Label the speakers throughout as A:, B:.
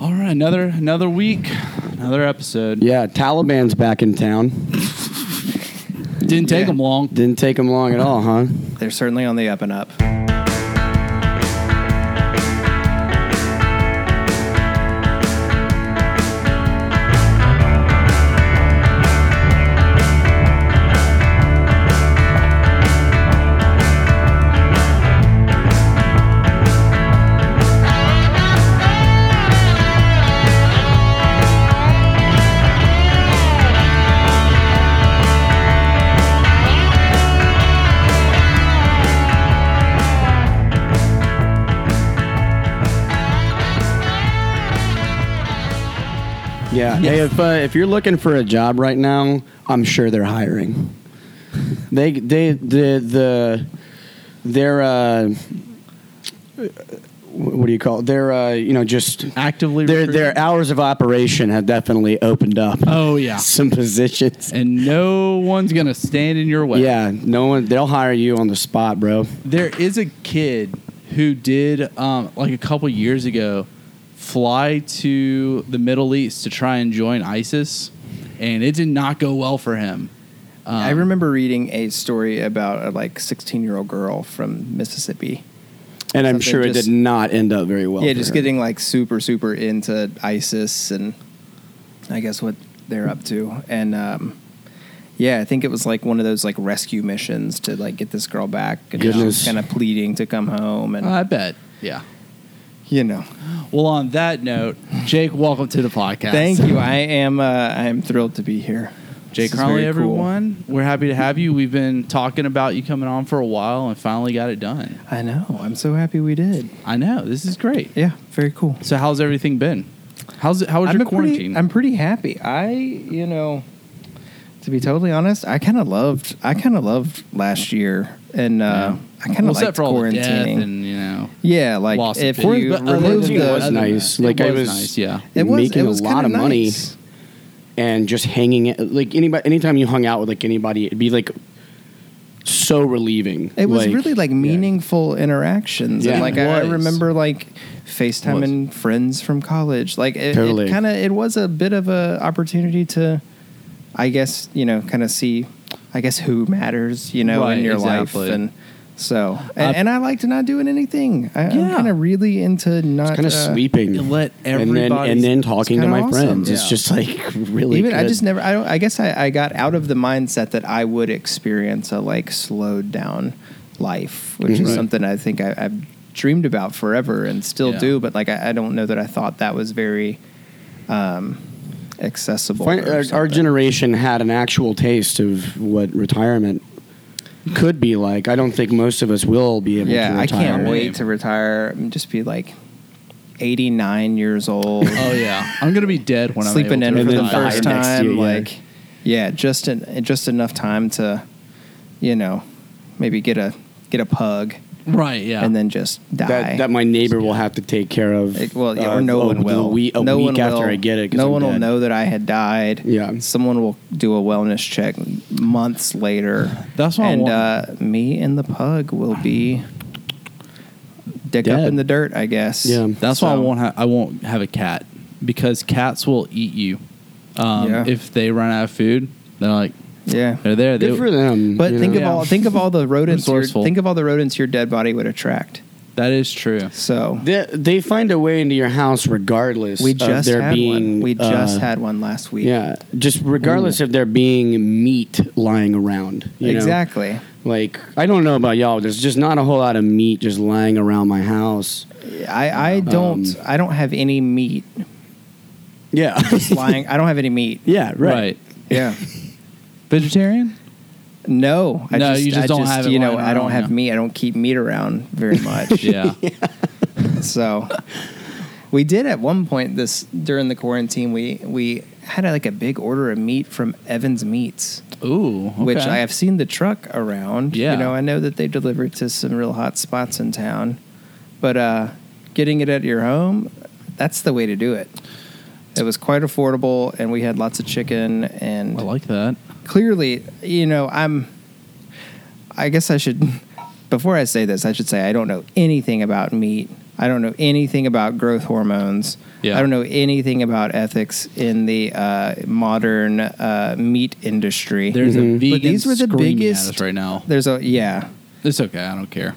A: All right, another another week, another episode.
B: Yeah, Taliban's back in town.
A: Didn't take
C: Yeah.
A: them long.
B: Didn't take them long at all, huh?
C: They're certainly on the up and up.
B: Yeah. Hey, if uh, if you're looking for a job right now, I'm sure they're hiring. They they the the their uh, what do you call it? Their uh, you know just
A: Actively
B: their
A: recruiting?
B: their hours of operation have definitely opened up.
A: Oh yeah,
B: Some positions.
A: and no one's gonna stand in your way.
B: Yeah, no one. They'll hire you on the spot, bro.
A: there is a kid who did um, like a couple years ago fly to the Middle East to try and join ISIS, and it did not go well for him. Um,
C: I remember reading a story about a like 16 year old girl from Mississippi.
B: And I'm
C: Something
B: sure it
C: just-
B: did not end up very well.
C: yeah,
B: for
C: just
B: her.
C: getting like super, super into ISIS and I guess what they're up to. And um, yeah, I think it was like one of those like rescue missions to like get this girl back. And she was
B: Goodness.
C: kind of pleading to come home. And,
A: Um, I bet. Yeah.
C: you know,
A: Well, on that note, Jake, welcome to the podcast.
C: thank you. I am, uh, I am thrilled to be here.
A: Jake
C: This is
A: Crowley,
C: very cool.
A: everyone. We're happy to have you. We've been talking about you coming on for a while and finally got it done.
C: I know. I'm so happy we did.
A: I know. This is great.
C: Yeah, very cool.
A: So, how's everything been? How's it, how was
C: I'm
A: your
C: a pretty-
A: quarantine?
C: I'm pretty happy. I, you know, to be totally honest, I kind of loved. I kind of loved last year, and uh, I kind
A: Well,
C: of
A: except
C: liked
A: for all the death
C: quarantining.
A: and you know,
C: yeah, like
A: loss of
C: if
A: people.
C: you
A: But other
C: remove
A: than
B: Quarantine
C: the,
A: that-
B: was
A: other than
B: nice.
A: that,
B: Like,
A: it
B: I
A: was
B: was-
A: nice. Yeah,
C: it was,
B: making
C: it
B: a
C: was
B: lot
C: kinda
B: of money.
C: nice.
B: and just hanging it like anybody anytime you hung out with like anybody it'd be like so relieving
C: It was really like meaningful interactions,
B: Yeah.
C: and like I, I
A: Was.
C: remember like FaceTiming friends from college. Like it,
B: Totally.
C: it kind of it was a bit of a opportunity to, I guess you know, kind of see, I guess who matters, you know,
A: Right,
C: in your
A: exactly.
C: life, and so and,
A: Uh,
C: and I like to not doing anything. I, I'm
A: Yeah.
C: kind of really into not
B: kind of
C: uh,
B: sleeping
A: you let
B: and then
A: everybody's-
B: and then talking to
C: kinda
B: my
C: awesome.
B: friends
A: Yeah.
B: it's just like really
C: Even I
B: good.
C: just never. I don't. I guess I, I got out of the mindset that I would experience a like slowed down life, which
B: Mhm.
C: is something I think I, I've dreamed about forever and still
A: Yeah.
C: do. But like I, I don't know that I thought that was very um, accessible.
B: Fin-
C: or
B: uh, our, our
C: something.
B: generation had an actual taste of what retirement could be like i don't think most of us will be able
C: yeah,
B: to
C: I
B: retire
C: can't
A: right?
C: wait to retire and just be like eighty nine years old.
A: Oh yeah, I'm gonna be dead when
C: sleeping
A: I'm
C: in
A: able
C: for
A: to
B: And
C: the
B: then
A: retire.
C: first
B: die next
C: time.
B: year, yeah.
C: Like, yeah, just en- just enough time to, you know, maybe get a get a pug
A: Right. Yeah.
C: and then just die.
B: that, that my neighbor will have to take care of
C: It- well, yeah,
B: uh,
C: or no
B: a-
C: one will.
B: a week, a
C: no
B: week
C: one
B: after
C: will.
B: i get it 'cause
C: No
B: I'm
C: one will
B: dead.
C: know that I had died.
B: Yeah.
C: Someone will do a wellness check months later.
A: That's what I
C: And
A: want.
C: uh, me and the pug will be dick up
B: Dead.
C: in the dirt, I guess.
B: Yeah.
A: That's why I
C: So-
A: won't. Ha- I won't have a cat because cats will eat you um,
C: Yeah.
A: if they run out of food. They're like
C: Yeah.
A: they're there.
B: good
A: they,
B: for them
C: But
B: you
C: think
B: know?
C: of
A: Yeah.
C: all think of all the rodents. Your,
A: Resourceful.
C: think of all the rodents your dead body would attract.
A: That is true.
C: So
B: They, they find a way into your house regardless
C: we
B: of
C: just
B: uh, there
C: had
B: being
C: one. We
B: uh,
C: just had one last week.
B: yeah just regardless of there being meat lying around you know?
C: exactly.
B: like I don't know about y'all there's just not a whole lot of meat just lying around my house
C: I,
B: Um,
C: I don't I don't have any meat
B: yeah
C: Just lying. I don't have any meat.
B: yeah right,
A: Right.
C: Yeah.
A: Vegetarian.
C: No, I
A: No,
C: just,
A: you just
C: I
A: don't have it
C: You know,
A: lying
C: I don't
A: around,
C: have
A: yeah.
C: meat. I don't keep meat around very much.
A: Yeah.
C: So we did at one point this during the quarantine. We we had like a big order of meat from Evans Meats,
A: Ooh. Okay.
C: which I have seen the truck around.
A: Yeah.
C: You know, I know that they deliver it to some real hot spots in town, but uh, getting it at your home, that's the way to do it. It was quite affordable, and we had lots of chicken and
A: I like that.
C: clearly, you know, I'm. I guess I should, before I say this, I should say I don't know anything about meat I don't know anything about growth hormones.
A: Yeah.
C: I don't know anything about ethics in the uh, modern uh, meat industry.
A: There's a
B: Mhm.
A: vegan
C: But these were the
A: screaming
C: biggest-
A: at us right now.
C: There's a yeah.
A: It's okay. I don't care.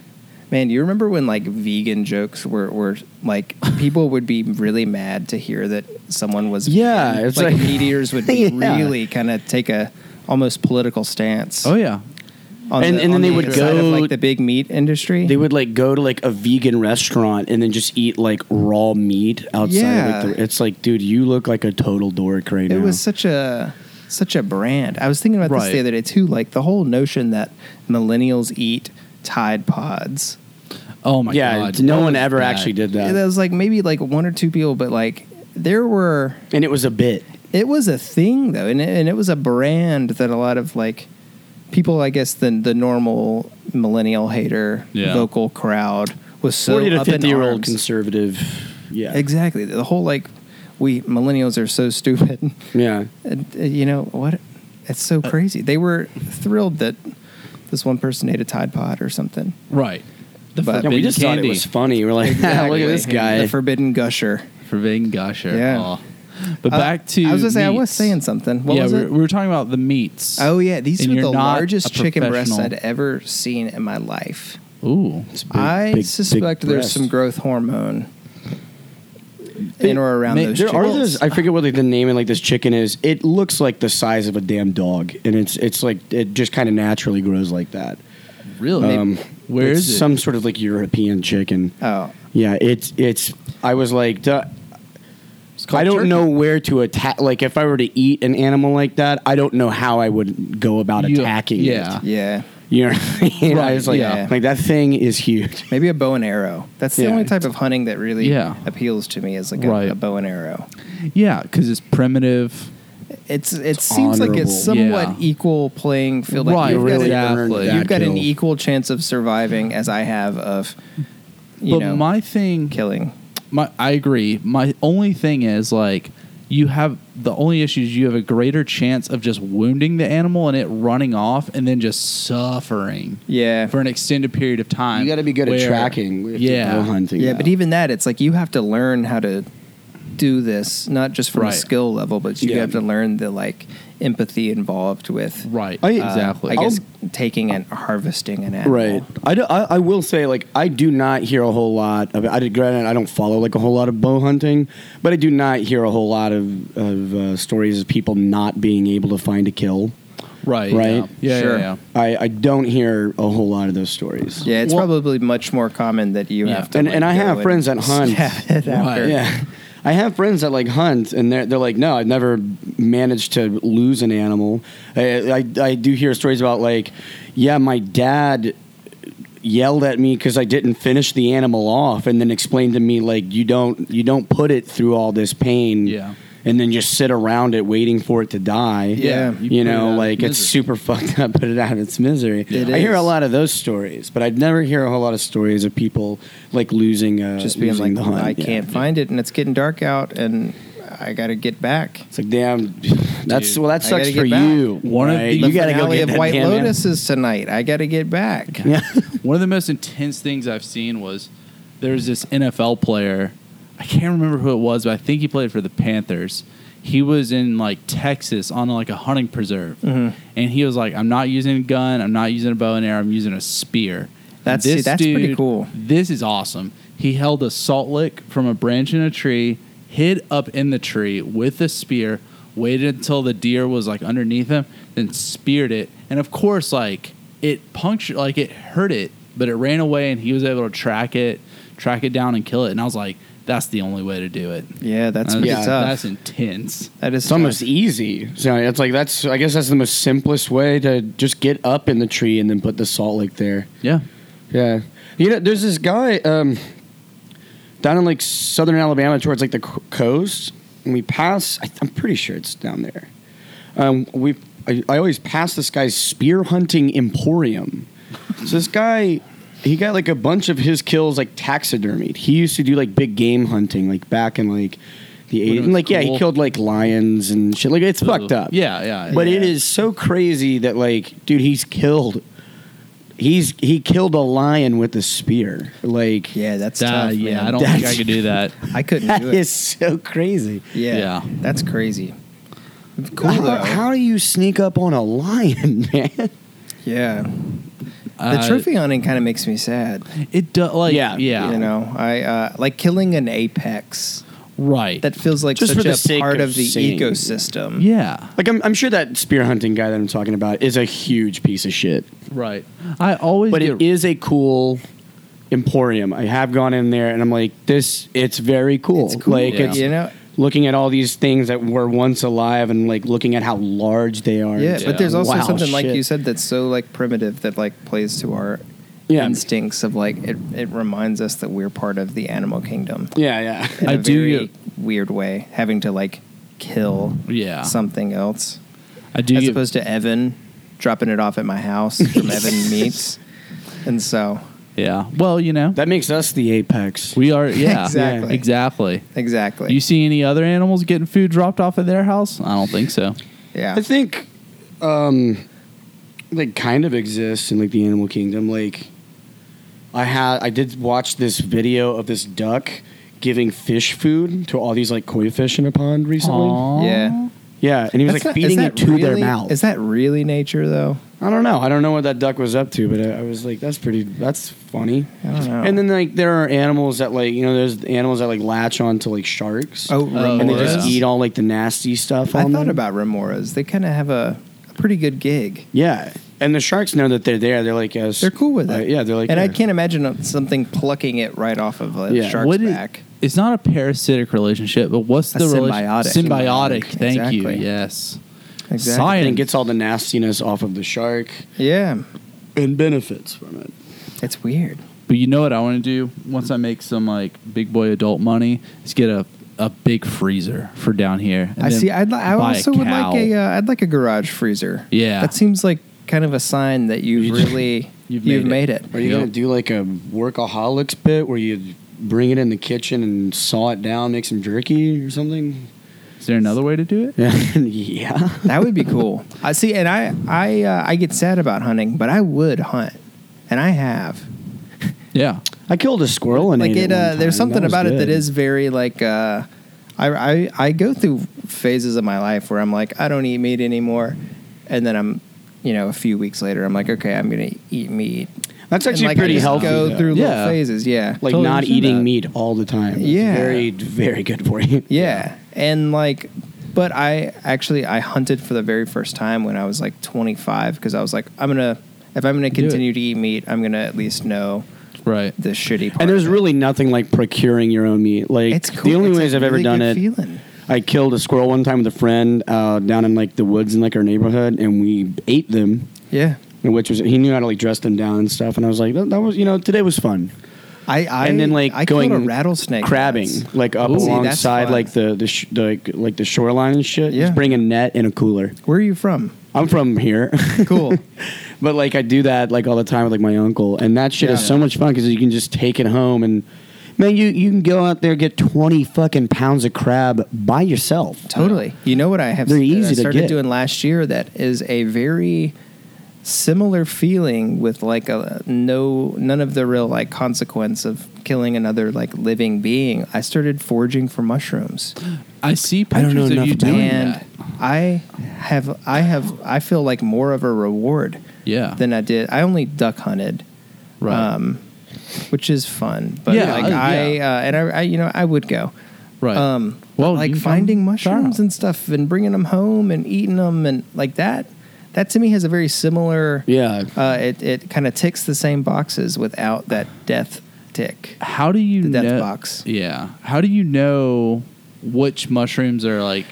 C: Man, you remember when like vegan jokes were, were like people would be really mad to hear that someone was
B: Yeah,
C: vegan?
B: it's
C: like,
B: like-
C: meat eaters would be
B: Yeah.
C: really kind of take a almost political stance.
A: Oh yeah.
C: on
B: And-
C: the,
B: and then
C: on
B: they
C: the
B: would
C: other side of,
B: go-
C: like the big meat industry.
B: They would like go to like a vegan restaurant and then just eat like raw meat outside.
C: Yeah.
B: Like, the, it's like, dude, you look like a total dork right
C: it
B: now.
C: was such a such a brand. I was thinking about this
A: Right.
C: the other day too. Like the whole notion that millennials eat Tide Pods.
A: Oh my
B: yeah,
A: god.
B: no
A: That
B: one
A: was
B: ever
A: bad.
B: actually did that,
C: That was like maybe like one or two people, but like there were.
B: and it was a bit.
C: It was a thing though, and it, and it was a brand that a lot of like people, I guess, the the normal millennial hater
A: Yeah.
C: vocal crowd was so
B: Forty to
C: up in
B: fifty year old
C: arms.
B: conservative. Yeah,
C: Exactly, the whole like we millennials are so stupid.
B: Yeah,
C: And, uh, you know what? It's so
A: Uh,
C: crazy. They were thrilled that this one person ate a Tide Pod or something.
A: Right. The
C: But-
B: yeah
A: forbidden
B: we just thought
A: candy.
B: it was funny. We're like, look at this guy.
C: the forbidden gusher.
A: forbidden gusher.
C: Yeah.
A: Aw. But
C: Uh,
A: back to
C: I was gonna say I was
A: meats.
C: saying something. What
A: yeah,
C: was
A: we
C: it?
A: were, we were talking about the meats.
C: oh yeah, these
A: And
C: were
A: you're
C: the
A: not
C: largest
A: a
C: chicken breasts I'd
A: professional-
C: ever seen in my life.
A: Ooh,
B: It's big-
C: I
B: big- big
C: suspect there's
B: breast.
C: some growth hormone in or around
A: may-
C: those.
B: There are
C: chickens.
B: those. I forget what like, the name of like this chicken is. It looks like the size of a damn dog, and it's it's like it just kind of naturally grows like that.
A: really?
B: Um,
A: Where
B: it's
A: is it?
B: Some sort of like European chicken.
C: Oh,
B: Yeah, it's it's. I was like, duh,
A: It's called
B: I don't
A: turkey.
B: know where to attack. Like, if I were to eat an animal like that, I don't know how I would go about
A: You-
B: attacking
A: yeah.
B: it.
C: yeah,
B: You know, what I mean? I
A: Right,
B: was like,
C: yeah.
B: like that thing is huge.
C: maybe a bow and arrow. That's the
B: Yeah.
C: only type of hunting that really
A: Yeah.
C: appeals to me is like a,
A: Right.
C: a bow and arrow.
A: Yeah, because it's primitive.
C: It's it seems like it's
A: honorable.
C: somewhat
A: Yeah.
C: equal playing field. Like
A: Right,
C: you've
A: really
C: got, a-
A: earned
C: you've
A: that
C: got an
B: kill.
C: equal chance of surviving as I have of you
A: but
C: know
A: my thing,
C: killing.
A: my I agree. My only thing is like you have the only issue is you have a greater chance of just wounding the animal and it running off and then just suffering
C: Yeah,
A: for an extended period of time.
B: You got to be good at
A: where-
B: tracking. with bow
A: Yeah,
B: hunting.
C: yeah, but even that, it's like you have to learn how to do this, not just from a
A: Right.
C: skill level, but you
B: Yeah.
C: have to learn the like empathy involved with
A: right.
B: I-
C: uh,
A: exactly. Oh.
C: I guess taking and harvesting an animal.
B: Right. I, do- I, I will say, like, I do not hear a whole lot of. I did, granted, I don't follow like a whole lot of bow hunting, but I do not hear a whole lot of of uh, stories of people not being able to find a kill.
A: right.
B: Right.
A: Yeah. Yeah.
C: Sure.
A: yeah, yeah.
B: I, I don't hear a whole lot of those stories.
C: Yeah, it's
A: Well-
C: probably much more common that you
A: Yeah.
C: have to.
B: And-
C: like,
B: and I
C: go
B: have
C: and
B: friends that hunt.
C: stab it after.
A: Right.
B: Yeah. I have friends that like hunt, and they're they're like, no, I've never managed to lose an animal. I I, I do hear stories about like, yeah, my dad yelled at me because I didn't finish the animal off, and then explained to me like, you don't you don't put it through all this pain,
A: Yeah.
B: and then just sit around it waiting for it to die.
C: Yeah.
A: You
B: You,
A: put it out
B: know,
A: of
B: like it's
A: misery.
B: super fucked up. Put it out of its misery.
C: It
B: I hear
C: is.
B: a lot of those stories, but I'd never hear a whole lot of stories of people like losing uh,
C: just being
B: losing
C: like, "Oh,
B: the hunt.
C: I
B: Yeah.
C: can't find it, and it's getting dark out, and I got to get back.
B: It's like, damn, that's well, that
C: I
B: sucks
C: gotta
B: for
C: get back.
B: you.
A: One of
B: right?
A: the-
B: you
C: the
B: gotta go
C: finale
B: get
C: of
B: that
C: White
B: damn animal.
C: Lotus is tonight. I got to get back.
B: Yeah.
A: One of the most intense things I've seen was there was this NFL player. I can't remember who it was, but I think he played for the Panthers. He was in like Texas on like a hunting preserve,
C: Mhm.
A: and he was like, "I'm not using a gun. I'm not using a bow and arrow. I'm using a spear."
C: That's- see, that's pretty cool.
A: This is awesome. He held a salt lick from a branch in a tree, hid up in the tree with a spear, waited until the deer was like underneath him, then speared it. And of course, like it punctured, like it hurt it, but it ran away and he was able to track it, track it down and kill it. And I was like, that's the only way to do it.
C: Yeah, that's
A: And
C: pretty
A: I was like,
C: tough.
A: That's intense.
C: that is
B: It's
C: tough.
B: almost easy. So it's like that's. I guess that's the most simplest way to just get up in the tree and then put the salt lick there.
A: Yeah.
B: Yeah, you know, there's this guy um, down in like southern Alabama, towards like the c- coast, and we pass. I, I'm pretty sure it's down there. Um, we, I, I always pass this guy's spear hunting emporium. so this guy, he got like a bunch of his kills like taxidermied. He used to do like big game hunting, like back in like the
A: Would've
B: 80s.
A: been
B: Like yeah,
A: cool.
B: he killed like lions and shit. Like it's fucked up.
A: Yeah. Yeah.
B: But
A: yeah.
B: it is so crazy that like, dude, he's killed he's he killed a lion with a spear. Like
C: Yeah, that's
A: That-
C: tough.
A: yeah,
C: man.
A: I don't
B: That's-
A: think I could do that.
C: I couldn't
B: that
C: do it.
B: is so crazy.
C: yeah,
A: Yeah.
C: that's crazy. Cool
B: how,
C: though.
B: how do you sneak up on a lion, man?
C: yeah, the
A: Uh,
C: trophy hunting kind of makes me sad.
A: It does. Like yeah,
B: Yeah,
A: yeah,
C: You know, I uh, like killing an apex.
A: right.
C: That feels like
B: Just for
C: such
B: the
C: a
B: sake
C: part
B: of
C: of the
B: seeing.
C: ecosystem.
A: yeah,
B: Like I'm, I'm sure that spear hunting guy that I'm talking about is a huge piece of shit,
A: right. I always
B: but
A: get
B: it is a cool emporium. I have gone in there and I'm like, this. It's very cool.
C: It's cool.
B: Like
A: Yeah.
B: it's
C: You know,
B: looking at all these things that were once alive and like looking at how large they are.
C: yeah,
B: It's
C: but there's also
B: wow,
C: something like
B: shit.
C: you said that's so like primitive that like plays to our
B: Yeah.
C: instincts of like it, it reminds us that we're part of the animal kingdom
B: Yeah, yeah.
C: in
A: I
C: a
A: do
C: very
A: get-
C: weird way having to like kill
A: Yeah.
C: something else
A: I do
C: as
A: get,
C: opposed to Evan dropping it off at my house from Evan Meats and so
A: yeah. Well, you know,
B: That makes us the apex.
A: we are yeah
C: Exactly.
A: exactly.
C: exactly
A: You see any other animals getting food dropped off at their house? I don't think so.
C: yeah
B: I think, um, like, kind of exists in like the animal kingdom. Like, I had I did watch this video of this duck giving fish food to all these like koi fish in a pond recently.
A: Aw.
C: Yeah.
B: Yeah, and he was
C: That's
B: like
C: not- is
B: feeding
C: that
B: it to their
C: really-
B: mouth.
C: is that really nature though
B: I don't know. I don't know what that duck was up to, but I, I was like, that's pretty. That's funny.
C: I don't know
B: And then like there are animals that like you know there's animals that like latch on to like sharks.
C: oh,
A: Oh,
B: and they
A: yeah.
B: just eat all like the nasty stuff.
C: I
B: on
C: thought
B: them.
C: about remoras they kind of have a, a pretty good gig
B: Yeah, and the sharks know that they're there. They're like, yes,
C: They're cool with it.
B: Uh, yeah, they're like,
C: and I
B: yeah.
C: can't imagine something plucking it right off of a
B: Yeah.
C: shark's
A: What it-
C: back.
A: it's not a parasitic relationship, but what's
C: A
A: the rela-
C: symbiotic.
A: Symbiotic.
C: Symbiotic,
A: Thank you.
C: exactly.
A: Yes.
C: Exactly.
A: Science.
B: And it gets all the nastiness off of the shark
C: Yeah,
B: and benefits from it.
C: it's weird.
A: But you know what I want to do once I make some like big boy adult money is get a, a big freezer for down here. and
C: I
A: then
C: see. I'd li- I
A: buy a
C: also would like
A: cow.
C: a. Uh, I'd like a garage freezer.
A: Yeah.
C: that seems like kind of a sign that you've
A: You-
C: really
A: you've
C: you've,
A: made
C: made,
A: it.
C: it.
B: Are you
A: Yep.
B: gonna do like a workaholics bit where you bring it in the kitchen and saw it down, make some jerky or something?
A: Is there another way to do it?
B: yeah.
C: That would be cool. I see, and I I uh, I get sad about hunting, but I would hunt, and I have.
A: Yeah.
B: I killed a squirrel and
C: like
B: ate it.
C: it.
B: one
C: Uh,
B: time.
C: there's something
B: That was
C: about it that
B: good.
C: is very like. Uh, I, I I go through phases of my life where I'm like I don't eat meat anymore, and then I'm, you know, a few weeks later I'm like okay I'm gonna eat meat.
B: That's actually
C: and, like,
B: pretty
C: I just
B: healthy.
C: Go
B: though.
C: through
A: Yeah.
C: little phases, yeah.
B: like
A: Totally
B: not
A: understand
B: eating
A: that.
B: meat all the time. It's
C: Yeah.
B: very very good for you.
C: Yeah. And like, but I actually, I hunted for the very first time when I was like 25 because I was like, I'm going to, if I'm going to
A: Do it.
C: continue to eat meat, I'm going to at least know
A: Right.
C: the shitty part.
B: And there's
C: of it.
B: really nothing like procuring your own meat. Like
C: it's cool.
B: the only
C: It's a
B: ways I've
C: really
B: ever done
C: good
B: it,
C: Feeling.
B: I killed a squirrel one time with a friend uh, down in like the woods in like our neighborhood, and we ate them.
C: Yeah.
B: and Which was he knew how to like dress them down and stuff, and I was like, that, that was you know today was fun.
C: I, I,
B: and then like
C: I
B: going
C: killed a rattlesnake
B: crabbing,
C: once.
B: like up
C: Ooh. See, that's
B: alongside
C: fun.
B: like the the, sh- the like, like the shoreline and shit.
C: Yeah.
B: Just bring a net and a cooler.
C: Where are you from?
B: I'm from here.
C: Cool.
B: But like I do that like all the time with like my uncle, and that shit is
C: Yeah.
B: so much fun because you can just take it home and man, you you can go out there get twenty fucking pounds of crab by yourself.
C: Totally. You know what I have
B: They're
C: that I
B: easy to
C: started
B: get.
C: doing last year that is a very similar feeling with like a no none of the real like consequence of killing another like living being. I started foraging for mushrooms.
B: Oh,
A: I see
B: I don't
A: pictures
B: know
A: of
B: enough
A: you
B: about
A: doing
B: it.
C: and
A: that.
C: I have I have I feel like more of a reward
A: Yeah.
C: than I did. I only duck hunted.
A: Right.
C: Um which is fun, but
A: Yeah,
C: like
A: uh,
C: I
A: yeah.
C: uh, and I, I, you know, I would go.
A: right.
C: Um,
A: Well,
C: well, like
A: you can
C: finding
A: try
C: mushrooms
A: out.
C: and stuff and bringing them home and eating them and like that. That to me has a very similar.
B: Yeah.
C: Uh, it it kind of ticks the same boxes without that death tick.
A: How do you
C: The death
A: know?
C: box.
A: Yeah. How do you know which mushrooms are like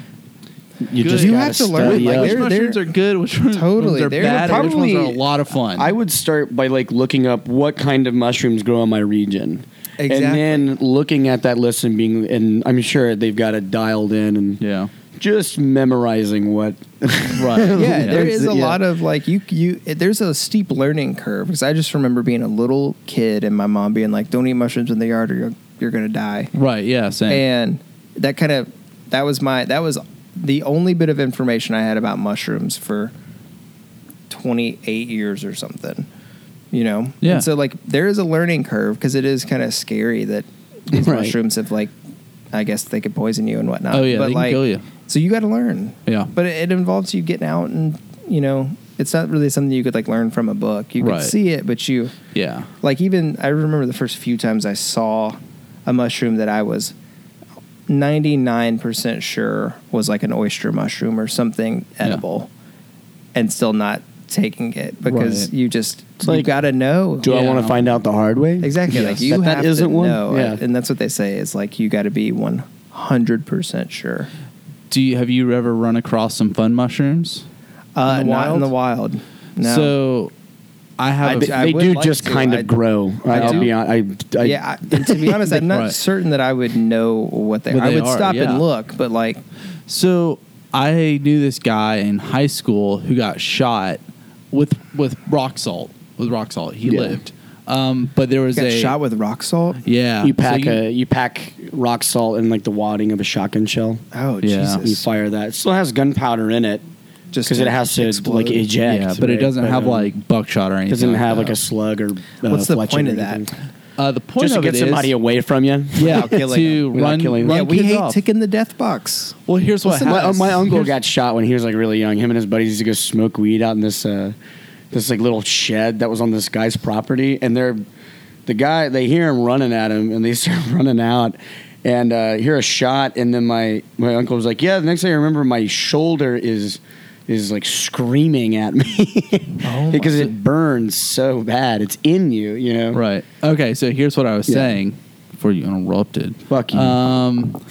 B: You
A: Good.
B: just
A: You
B: gotta
C: have to learn,
B: study
C: like,
B: up.
A: which
C: they're-
A: mushrooms are good, which ones
C: Totally,
A: are
C: they're
A: bad, and which ones
B: probably-
A: are a lot of fun.
B: I would start by like looking up what kind of mushrooms grow in my region.
C: Exactly.
B: And then looking at that list and being, and I'm sure they've got it dialed in and
A: yeah.
B: just memorizing what.
A: Right.
C: yeah, there
B: That's
C: is
B: it,
C: a
B: yeah.
C: lot of like you you. It, there's a steep learning curve because I just remember being a little kid and my mom being like, "Don't eat mushrooms in the yard or you're you're gonna die."
A: Right. Yeah. Same.
C: and that kind of that was my that was the only bit of information I had about mushrooms for 28 years or something you know?
A: Yeah.
C: And so, like, there is a learning curve because it is kind of scary that these
B: Right.
C: mushrooms have, like, I guess they could poison you and whatnot.
A: Oh, yeah,
C: But,
A: they can
C: like,
A: kill you.
C: So you got to learn.
A: Yeah.
C: But it, it involves you getting out and, you know, it's not really something you could, like, learn from a book. You
A: Right.
C: could see it, but you,
A: Yeah.
C: like even I remember the first few times I saw a mushroom that I was 99% sure was like an oyster mushroom or something
A: Yeah.
C: edible and still not taking it because
A: Right.
C: you just
B: It's
C: you
B: like,
C: got to know.
B: Do I
A: Yeah.
B: want to find out the hard way?
C: Exactly. Like
B: Yes.
C: you
B: that,
C: have
B: that isn't
C: to
B: one.
C: know.
B: Yeah.
C: And that's what they say is like you got to be 100% sure.
A: Do you have you ever run across some fun mushrooms?
C: Uh,
B: the
C: not in
B: wild?
C: the wild. No.
A: So I have.
C: I
A: a
C: d-
B: they
C: I would
B: do
C: like
B: just
C: to.
B: kind
C: I-
B: of grow.
C: I
B: I, will
C: do.
B: be honest. I, I,
C: yeah, I, and to be honest, I'm not
A: Right.
C: certain that I would know what they.
A: What
C: I
A: they
C: would
A: are,
C: stop
A: yeah.
C: and look, but like
A: So I knew this guy in high school who got shot with with rock salt. With rock salt, he
B: Yeah.
A: lived. Um, but there was
C: got
A: a
C: shot with rock salt.
A: Yeah,
B: you
A: So
B: pack a you pack rock salt in like the wadding of a shotgun shell.
C: Oh
A: Yeah.
B: And you
C: Jesus!
B: fire that. It still has gunpowder in it
C: Just
B: because it
C: to
B: has to
C: explode.
B: like eject.
A: yeah, but it
B: right?
A: doesn't have
B: um,
A: like buckshot or anything.
B: doesn't
A: like
B: have
A: that.
B: like a slug or uh,
C: What's the
B: fletching
C: point
B: or
C: of that?
B: anything.
A: Uh, the point
B: Just to
A: of
B: get
A: it
B: somebody
A: is-
B: away from you.
A: yeah,
C: Without killing
A: to
C: them.
B: Without
A: run,
B: killing
A: run
B: them.
C: yeah, we
A: kids
C: hate
A: off.
C: ticking the death box.
A: Well, here's what
B: My, uh,
A: happens.
B: my uncle
A: Here's-
B: got shot when he was like really young. Him and his buddies used to go smoke weed out in this uh, this like little shed that was on this guy's property, and they're the guy. They hear him running at him, and they start running out. And uh, hear a shot, and then my, my uncle was like, "Yeah." The next thing I remember, my shoulder is is like screaming at me
C: Oh,
B: because
C: my-
B: it burns so bad. It's in you, you know.
A: Right. Okay. So here's what I was
B: Yeah.
A: saying before you interrupted.
B: Fuck you.
A: Um,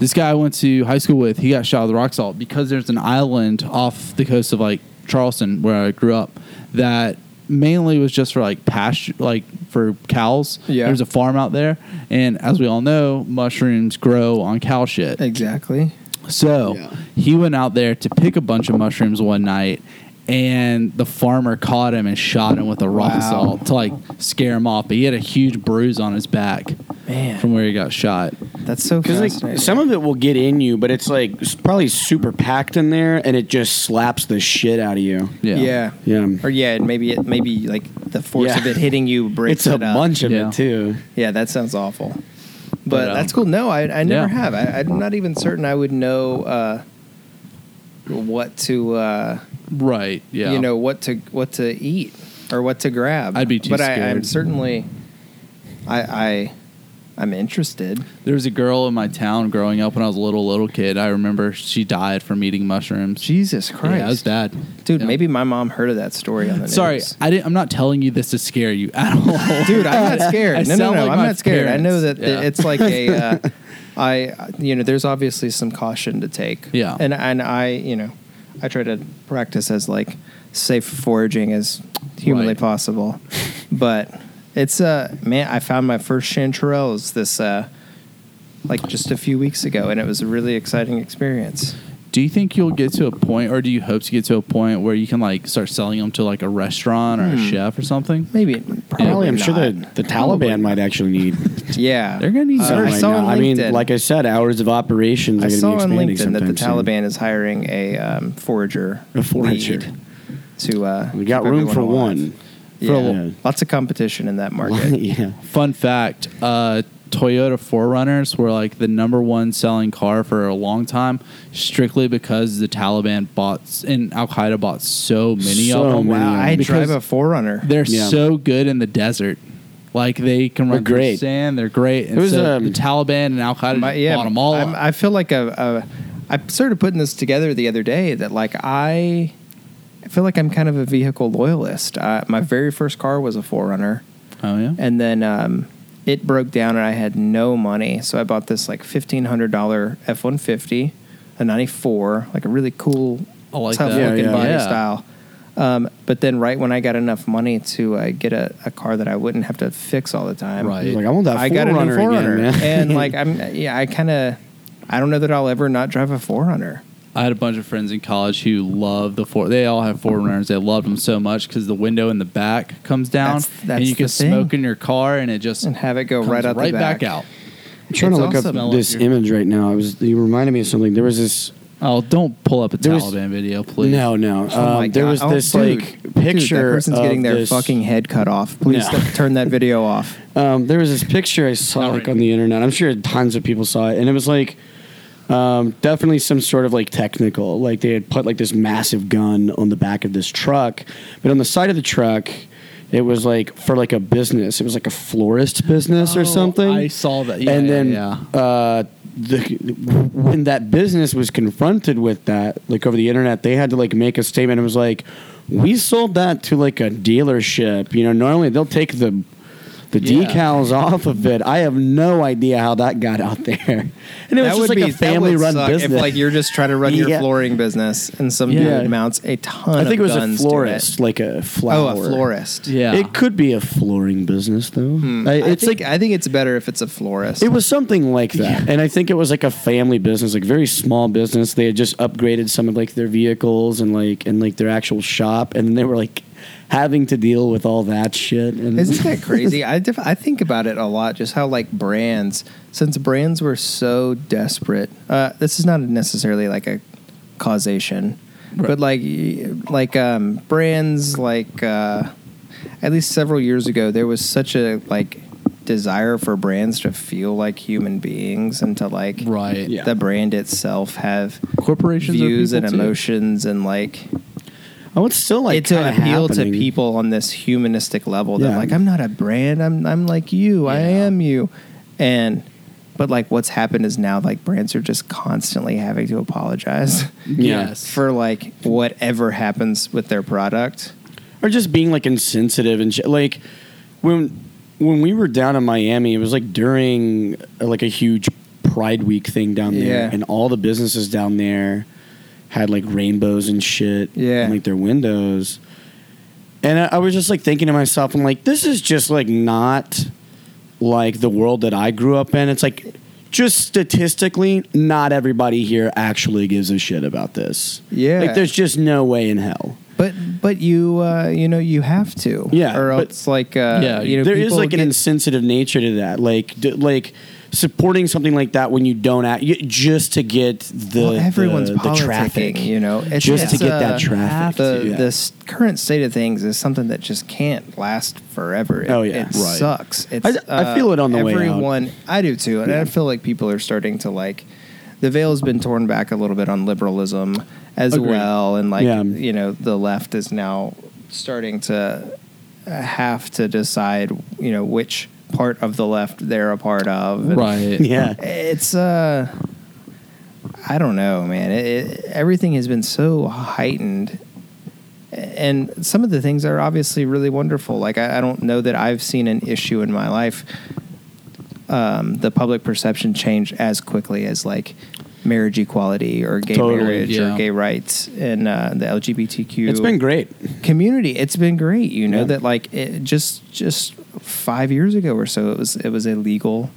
A: this guy I went to high school with, he got shot with rock salt because there's an island off the coast of like Charleston where I grew up that mainly was just for like pasture, like for cows.
C: Yeah.
A: There's a farm out there, and as we all know, mushrooms grow on cow shit.
C: Exactly.
A: So
B: Yeah.
A: he went out there to pick a bunch of mushrooms one night, and the farmer caught him and shot him with a rock
C: Wow.
A: salt to like scare him off. But he had a huge bruise on his back
C: Man.
A: from where he got shot.
C: That's so
B: Because
C: fascinating.
B: like some of it will get in you, but it's like s- probably super packed in there, and it just slaps the shit out of you.
A: Yeah.
C: yeah.
B: Yeah.
C: Or yeah, and maybe it maybe like the force
B: Yeah.
C: of it hitting you breaks
B: it's a
C: it up.
B: bunch of
A: Yeah.
B: it too.
C: Yeah, that sounds awful. But, uh,
A: But, um,
C: that's cool. No, I, I never
A: yeah.
C: have. I, I'm not even certain I would know uh, what to uh,
A: Right. Yeah.
C: you know what to what to eat or what to grab.
A: I'd be too
C: But I, I'm
A: scared.
C: certainly I I I'm interested.
A: there was a girl in my town growing up when I was a little little kid. I remember she died from eating mushrooms.
C: Jesus
A: Yeah, that was bad,
C: Dude,
A: Yeah.
C: maybe my mom heard of that story on the news.
A: Sorry, I didn't, I'm not telling you this to scare you at all,
C: Dude, I'm not
A: I
C: scared. No, no,
A: sound
C: no,
A: like
C: I'm
A: my
C: not scared. I know that
A: parents. Yeah.
C: it's like a, uh, I, you know, there's obviously some caution to take.
A: Yeah.
C: And and I, you know, I try to practice as like safe foraging as humanly
A: Right.
C: possible, but it's uh man, I found my first chanterelles this uh like just a few weeks ago, and it was a really exciting experience.
A: Do you think you'll get to a point, or do you hope to get to a point where you can like start selling them to like a restaurant or a
B: Hmm.
A: chef or something?
C: Maybe probably
B: Probably, I'm sure
C: not.
B: the, the Taliban might actually need.
C: yeah Uh,
A: They're gonna need
B: some
A: I
B: right
C: saw
B: now.
C: on
B: I mean,
C: LinkedIn.
B: like I said, hours of operations.
C: I
B: Are
C: saw on
B: gonna be expanding
C: LinkedIn that the
B: sometime soon.
C: Taliban is hiring a um, forager.
B: A forager.
C: lead To uh,
B: We got
C: keep
B: room
C: everyone
B: for
C: alive.
B: one.
C: Yeah.
B: little-
C: Lots of competition in that market.
B: yeah.
A: Fun fact: uh, Toyota 4Runners were like the number one selling car for a long time, strictly because the Taliban bought s- and Al Qaeda bought so many
B: So
A: of them.
B: many.
C: wow, Uh, I
A: Because
C: drive a forerunner.
A: They're
B: Yeah.
A: so good in the desert. Like they can
B: They're
A: run through
B: great.
A: sand. They're great. And
B: It was,
A: so
B: um,
A: the Taliban and Al Qaeda
C: My-
A: bought them all.
C: I'm-
A: up.
C: I feel like a, a. I started putting this together the other day that like I, I feel like I'm kind of a vehicle loyalist. Uh, my very first car was a forerunner.
A: oh yeah.
C: and then um, it broke down and I had no money, so I bought this like fifteen hundred dollar F one fifty, a ninety four, like a really cool,
A: I like
C: tough
A: that.
B: Yeah,
C: looking
B: yeah.
C: body
A: Yeah.
C: style. Um, but then right when I got enough money to uh, get a, a car that I wouldn't have to fix all the time,
A: Right.
B: He's Like I want that.
C: I got a new
B: Forerunner again,
C: Forerunner,
B: man.
C: and like I'm yeah, I kind of. I don't know that I'll ever not drive a Forerunner.
A: I had a bunch of friends in college who loved the four. They all have four runners. They loved them so much because the window in the back comes down,
C: That's- that's
A: and you
C: the
A: can
C: thing.
A: smoke in your car, and it just
C: And have it go
A: comes
C: right out the
A: right back.
C: back.
A: out.
B: I'm trying
C: It's
B: to look
C: awesome.
B: up this
A: Smell up your-
B: image right now. I was you reminded me of something. There was this
A: Oh, don't pull up a
B: There was-
A: Taliban video, please.
B: No, no.
C: Oh my
B: um, there
C: God.
B: was
C: Oh,
B: this
C: dude. Dude,
B: like picture.
C: that person's
B: of
C: getting their
B: this-
C: fucking head cut off. Please
B: No.
C: don't turn that video off.
B: Um, there was this picture I saw
A: Not
B: like
A: right
B: on the internet. I'm sure tons of people saw it, and it was like um, definitely some sort of like technical. Like they had put like this massive gun on the back of this truck, but on the side of the truck, it was like for like a business. It was like a florist business
A: Oh,
B: or something.
A: I saw that. Yeah,
B: and
A: yeah,
B: then
A: yeah.
B: Uh, the, when that business was confronted with that, like over the internet, they had to like make a statement. It was like, we sold that to like a dealership. You know, normally they'll take the the
A: Yeah.
B: decals off of it. I have no idea how that got out there. And it was
C: that
B: just
C: would
B: like
C: be
B: a family run business.
C: If like you're just trying to run your
B: Yeah.
C: flooring business and some
B: Yeah.
C: dude mounts a ton.
B: I think it
C: of
B: was a
C: guns to
B: florist,
C: it.
B: like a flower.
C: Oh, a florist. Hmm.
A: Yeah.
B: It could be a flooring business though. I,
C: I
B: it's
C: think
B: like
C: I think it's better if it's a florist.
B: It was something like that, and I think it was like a family business, like very small business. They had just upgraded some of like their vehicles and like and like their actual shop, and they were like having to deal with all that shit. And
C: Isn't that crazy? I, def- I think about it a lot, just how like brands, since brands were so desperate. Uh, this is not necessarily like a causation, but like y- like um, brands like uh, at least several years ago, there was such a like desire for brands to feel like human beings and to like
A: Right.
B: Yeah.
C: the brand itself have
A: Corporations are
C: views
A: people
C: and
A: too.
C: emotions and like
B: oh, it's still like
C: it's to
B: kinda
C: appeal
B: happening.
C: to people on this humanistic level that
B: Yeah.
C: like I'm not a brand, I'm I'm like you, I
A: Yeah.
C: am you, and but like what's happened is now like brands are just constantly having to apologize
B: Yeah.
A: Yes.
C: for like whatever happens with their product.
B: or just being like insensitive and shit. Like when when we were down in Miami, it was like during uh, like a huge Pride Week thing down there,
C: Yeah.
B: and all the businesses down there had like rainbows and shit,
C: Yeah.
B: in, like their windows. And I, I was just like thinking to myself, I'm like, this is just like not like the world that I grew up in. It's like just statistically, not everybody here actually gives a shit about this.
C: Yeah.
B: like there's just no way in hell.
C: But but you uh, you know you have to
B: Yeah,
C: or
B: but-
C: else like uh,
A: Yeah,
C: you know
B: there is
C: people
B: like an
C: get-
B: insensitive nature to that like d- like supporting something like that when you don't act y- just to get the
C: well, everyone's
B: the, the
C: politicking,
B: traffic
C: you know, It's
B: just to get
C: uh,
B: that traffic
C: The,
B: yeah.
C: the s- current state of things is something that just can't last forever. It,
B: Oh, yeah.
C: it
B: Right.
C: sucks. It's, uh,
B: I feel it on the way out.
C: everyone, I do too, and I
B: Yeah.
C: feel like people are starting to like. The veil's been torn back a little bit on liberalism as
B: Agreed.
C: well, and like
B: Yeah.
C: you know, the left is now starting to uh, have to decide, you know, which part of the left they're a part of, and-
A: Right.
B: yeah
C: it's uh i don't know man it, it, everything has been so heightened and some of the things are obviously really wonderful like i, I don't know that i've seen an issue in my life um, the public perception change as quickly as like marriage equality or gay
B: Totally,
C: marriage
A: yeah.
C: or gay rights and uh, the lgbtq
B: it's been great
C: community it's been great you know
B: Yeah.
C: that like it just just five years ago or so it was it was illegal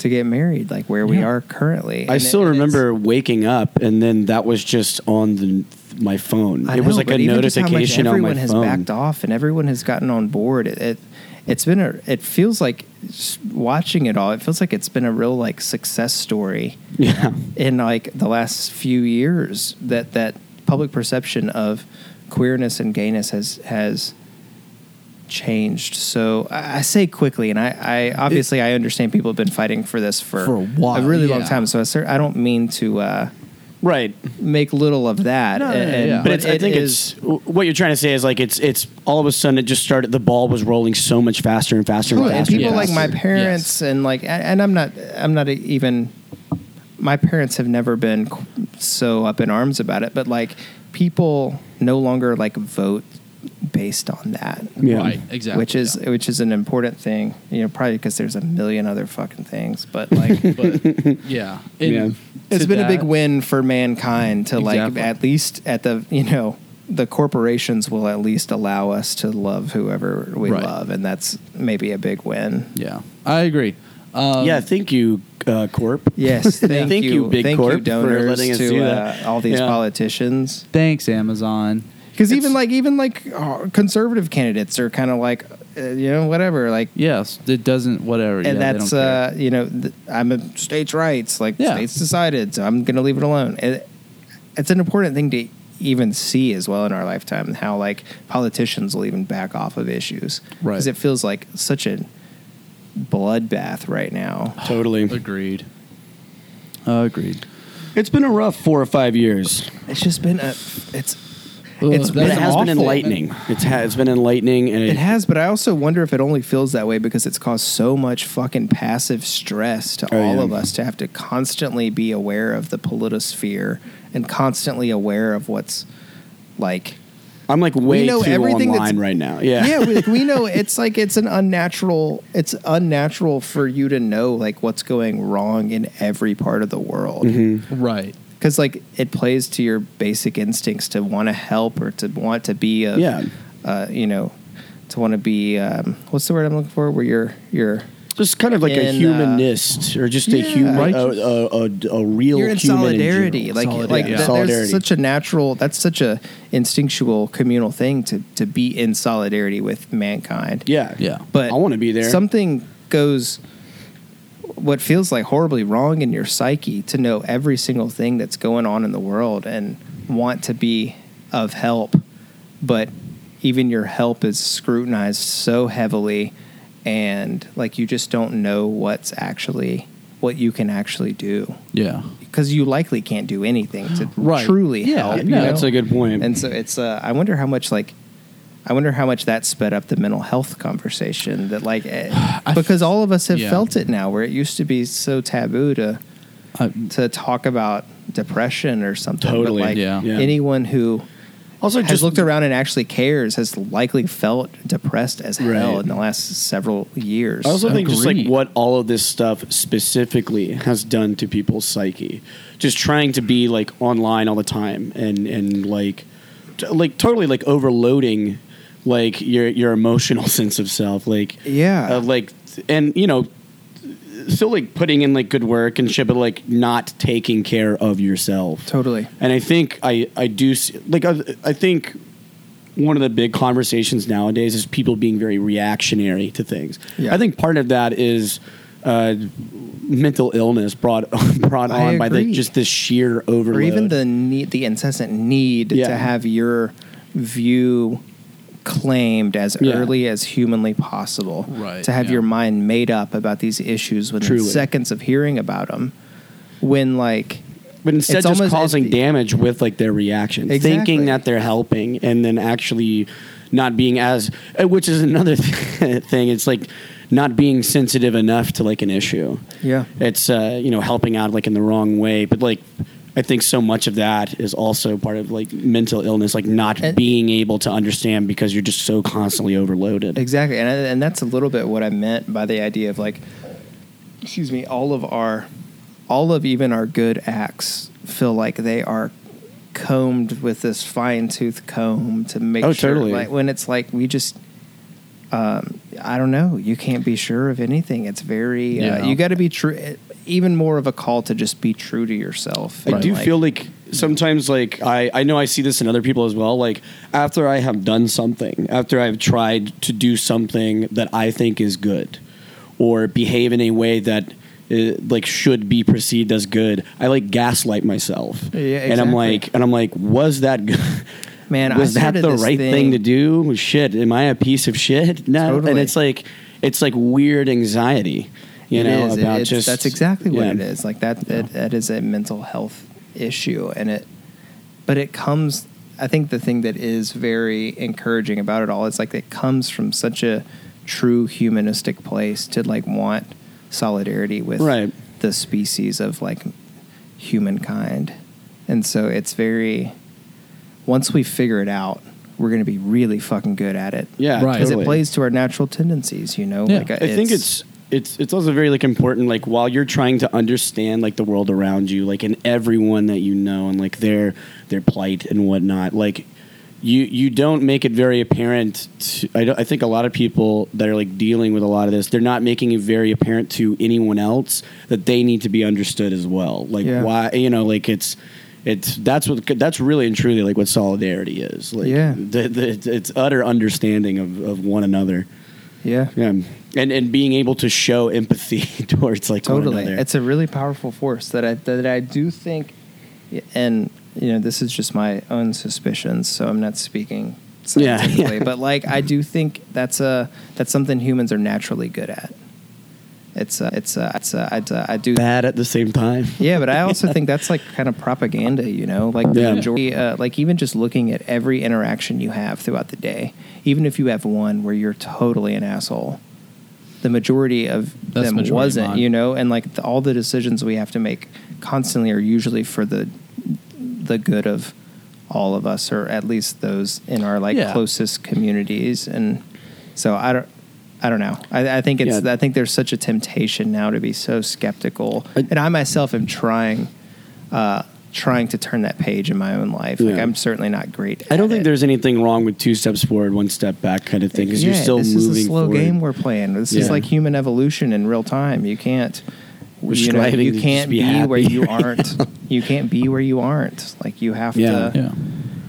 C: to get married like where we
B: Yeah.
C: are currently
B: i
C: And
B: still
C: it- and it's-
B: remember waking up and then that was just on the my phone
C: I
B: it was
C: know,
B: like a
C: but even just how much
B: notification on my
C: everyone has
B: phone
C: backed off and everyone has gotten on board it, it it's been a it feels like s- watching it all it feels like it's been a real like success story
B: yeah
C: in like the last few years that that public perception of queerness and gayness has has changed. So I, I say quickly, and I, I obviously I understand people have been fighting for this for,
A: For a while,
C: really long
A: yeah.
C: time. So I, cer- I don't mean to uh,
B: right
C: make little of that.
A: No,
C: and-
A: yeah,
C: and-
A: yeah.
B: but it's, I
C: it
B: think
C: is-
B: it's what you're trying to say is like it's it's all of a sudden it just started. The ball was rolling so much faster and faster and
C: Totally. and
B: faster.
C: people
A: yeah.
C: like my
A: Yes.
C: parents and like a- and I'm not I'm not even my parents have never been qu- so up in arms about it but like people no longer like vote based on that
B: Yeah.
A: Right. Exactly.
C: which is
A: yeah.
C: which is an important thing you know probably because there's a million other fucking things but like
A: but yeah, And
B: Yeah.
A: to
C: it's been a big
A: that-
C: win for mankind to like
A: Exactly.
C: at least at the you know the corporations will at least allow us to love whoever we
A: Right.
C: love and that's maybe a big win
A: Yeah, I agree. Um,
B: yeah, thank you, uh, Corp.
C: Yes, thank,
B: Thank
C: you,
B: you, Big
C: thank
B: Corp,
C: you,
B: for
C: donors
B: letting us
C: to
B: do
C: uh,
B: that.
C: all these
B: Yeah.
C: politicians.
A: Thanks, Amazon.
C: Because even like even like uh, conservative candidates are kind of like, uh, you know, whatever. Like,
A: Yes, it doesn't. Whatever. yeah,
C: and
A: they
C: that's
A: don't care.
C: uh, you know, th- I'm a states' rights. Like,
A: Yeah.
C: states decided, so I'm going to leave it alone. It, it's an important thing to even see as well in our lifetime how like politicians will even back off of issues
A: Right.
C: because it feels like such a bloodbath right now.
B: Totally.
A: Agreed. Agreed.
B: It's been a rough four or five years.
C: It's just been a it's
A: Ugh,
C: it's
A: that
B: But
C: been
B: it has been
C: awful.
B: enlightening. It's, ha- it's been enlightening, and
C: It has, but I also wonder if it only feels that way because it's caused so much fucking passive stress to
B: Oh,
C: all
B: yeah.
C: of us to have to constantly be aware of the politosphere and constantly aware of what's like.
B: I'm like way
C: we know
B: too
C: everything that's-
B: online right now. Yeah.
C: yeah, we, like, we know it's like it's an unnatural. It's unnatural for you to know like what's going wrong in every part of the world
B: Mm-hmm.
A: Right.
C: because like it plays to your basic instincts to want to help or to want to be a
B: Yeah.
C: uh, you know to want to be um, what's the word I'm looking for where you're you're
B: just kind of like a
C: And, uh,
B: humanist, or just a
C: yeah.
B: human, a,
A: Righteous.
B: a, a, a real
C: you're in
B: human
C: solidarity
B: general.
C: like
A: Solidarity.
C: like
A: Yeah.
C: th-
B: Solidarity.
C: there's such a natural that's such a instinctual communal thing to to be in solidarity with mankind
B: yeah,
A: Yeah.
C: but
B: I want to be there.
C: Something goes what feels like horribly wrong in your psyche to know every single thing that's going on in the world and want to be of help, but even your help is scrutinized so heavily and like you just don't know what's actually what you can actually do
A: Yeah.
C: because you likely can't do anything to
A: Right.
C: truly
A: Yeah,
C: help.
A: no,
C: you know?
B: that's a good point.
C: And so it's. Uh, I wonder how much like, I wonder how much that sped up the mental health conversation. That like, eh,
A: I-
C: because all of us have
A: Yeah.
C: felt it now, where it used to be so taboo to
A: I,
C: to talk about depression or something.
B: Totally,
C: But like
A: yeah.
B: Yeah.
C: anyone who
B: also,
C: has
B: just
C: looked around and actually cares has likely felt depressed as hell
B: Right.
C: in the last several years.
B: I also think just like
A: Agreed.
B: what all of this stuff specifically has done to people's psyche. Just trying to be like online all the time and and like t- like totally like overloading like your your emotional sense of self like
C: Yeah.
B: uh, like and you know still like putting in like good work and shit but like not taking care of yourself
C: totally.
B: and I think I I do s- like I, I think one of the big conversations nowadays is people being very reactionary to things.
C: Yeah.
B: I think part of that is uh, mental illness brought brought
C: I
B: on by the,
C: agree.
B: just the sheer overload.
C: or even the need, the incessant need
B: Yeah.
C: to have your view claimed as
B: Yeah.
C: early as humanly possible.
A: Right,
C: To have
A: yeah.
C: your mind made up about these issues within
B: Truly.
C: seconds of hearing about them. When like
B: but instead
C: it's
B: just
C: almost-
B: causing
C: it-
B: damage with like their reaction,
C: Exactly.
B: thinking that they're helping and then actually not being as uh, which is another thing. It's like not being sensitive enough to like an issue.
C: yeah.
B: it's uh, you know helping out like in the wrong way but like i think so much of that is also part of like mental illness like not
C: And-
B: being able to understand because you're just so constantly overloaded
C: Exactly, and and that's a little bit what I meant by the idea of like, excuse me, all of our, all of even our good acts feel like they are combed with this fine tooth comb to make
B: Oh,
C: sure,
B: totally.
C: like when it's like we just. Um, I don't know. You can't be sure of anything. It's very.
A: Yeah.
C: Uh, you got to be true. Even more of a call to just be true to yourself.
B: I
C: and,
B: do feel like sometimes like I, I know I see this in other people as well. Like after I have done something, after I've tried to do something that I think is good or behave in a way that uh, like should be perceived as good, I like gaslight myself.
C: Yeah,
B: And I'm
C: exactly.
B: like and I'm like, was that good?
C: Man, I
B: was that
C: started
B: the
C: this
B: right thing.
C: thing-
B: to do? Shit, am I a piece of shit? No. And
C: Totally.
B: it's like it's like weird anxiety, you
C: It
B: know,
C: is. It-
B: about
C: it's-
B: just
C: that's exactly what
B: yeah.
C: it is. Like that, that that is a mental health issue, and it, but it comes. I think the thing that is very encouraging about it all is like it comes from such a true humanistic place to like want solidarity with
B: Right.
C: the species of like humankind, and so it's very. Once we figure it out, we're going to be really fucking good at it.
B: Yeah,
A: Right.
C: because
B: totally.
C: it plays to our natural tendencies. You know,
A: Yeah.
C: like
B: I think it's it's it's also very like important like while you're trying to understand like the world around you like and everyone that you know and like their their plight and whatnot like you you don't make it very apparent to, I, don't, I think a lot of people that are like dealing with a lot of this they're not making it very apparent to anyone else that they need to be understood as well like
C: Yeah.
B: why you know like it's it's that's what that's really and truly like what solidarity is like
C: Yeah.
B: the, the, it's, it's utter understanding of, of one another
C: yeah.
B: yeah, and and being able to show empathy towards like
C: totally
B: one another.
C: it's a really powerful force that i that i do think and you know, this is just my own suspicions, so I'm not speaking
B: Yeah, yeah.
C: scientifically, but like I do think that's a that's something humans are naturally good at. It's a, it's a, it's a, it's a, I do
B: Bad at the same time.
C: yeah, but I also think that's like kind of propaganda, you know, like
B: Yeah.
C: the majority, uh, like even just looking at every interaction you have throughout the day, even if you have one where you're totally an asshole, the majority of
A: That's
C: them
A: majority
C: wasn't,
A: mine.
C: you know, and like the, all the decisions we have to make constantly are usually for the the good of all of us, or at least those in our like
A: Yeah.
C: closest communities, and so I don't. I don't know. I, I think it's.
B: Yeah.
C: I think there's such a temptation now to be so skeptical,
B: I-
C: and I myself am trying, uh, trying to turn that page in my own life. Like
B: Yeah.
C: I'm certainly not great.
B: I don't
C: at
B: think
C: it.
B: there's anything wrong with two steps forward, one step back kind of thing because
C: Yeah,
B: you're still
C: this
B: moving
C: is a slow
B: forward.
C: game we're playing. This is
B: Yeah.
C: like human evolution in real time. You can't.
B: We're
C: you know,
B: striving
C: you
B: to just
C: can't
B: be
C: be, where
B: happy
C: you
B: right
C: aren't.
B: now.
C: You can't be where you aren't. Like you have
B: Yeah.
C: to.
A: Yeah.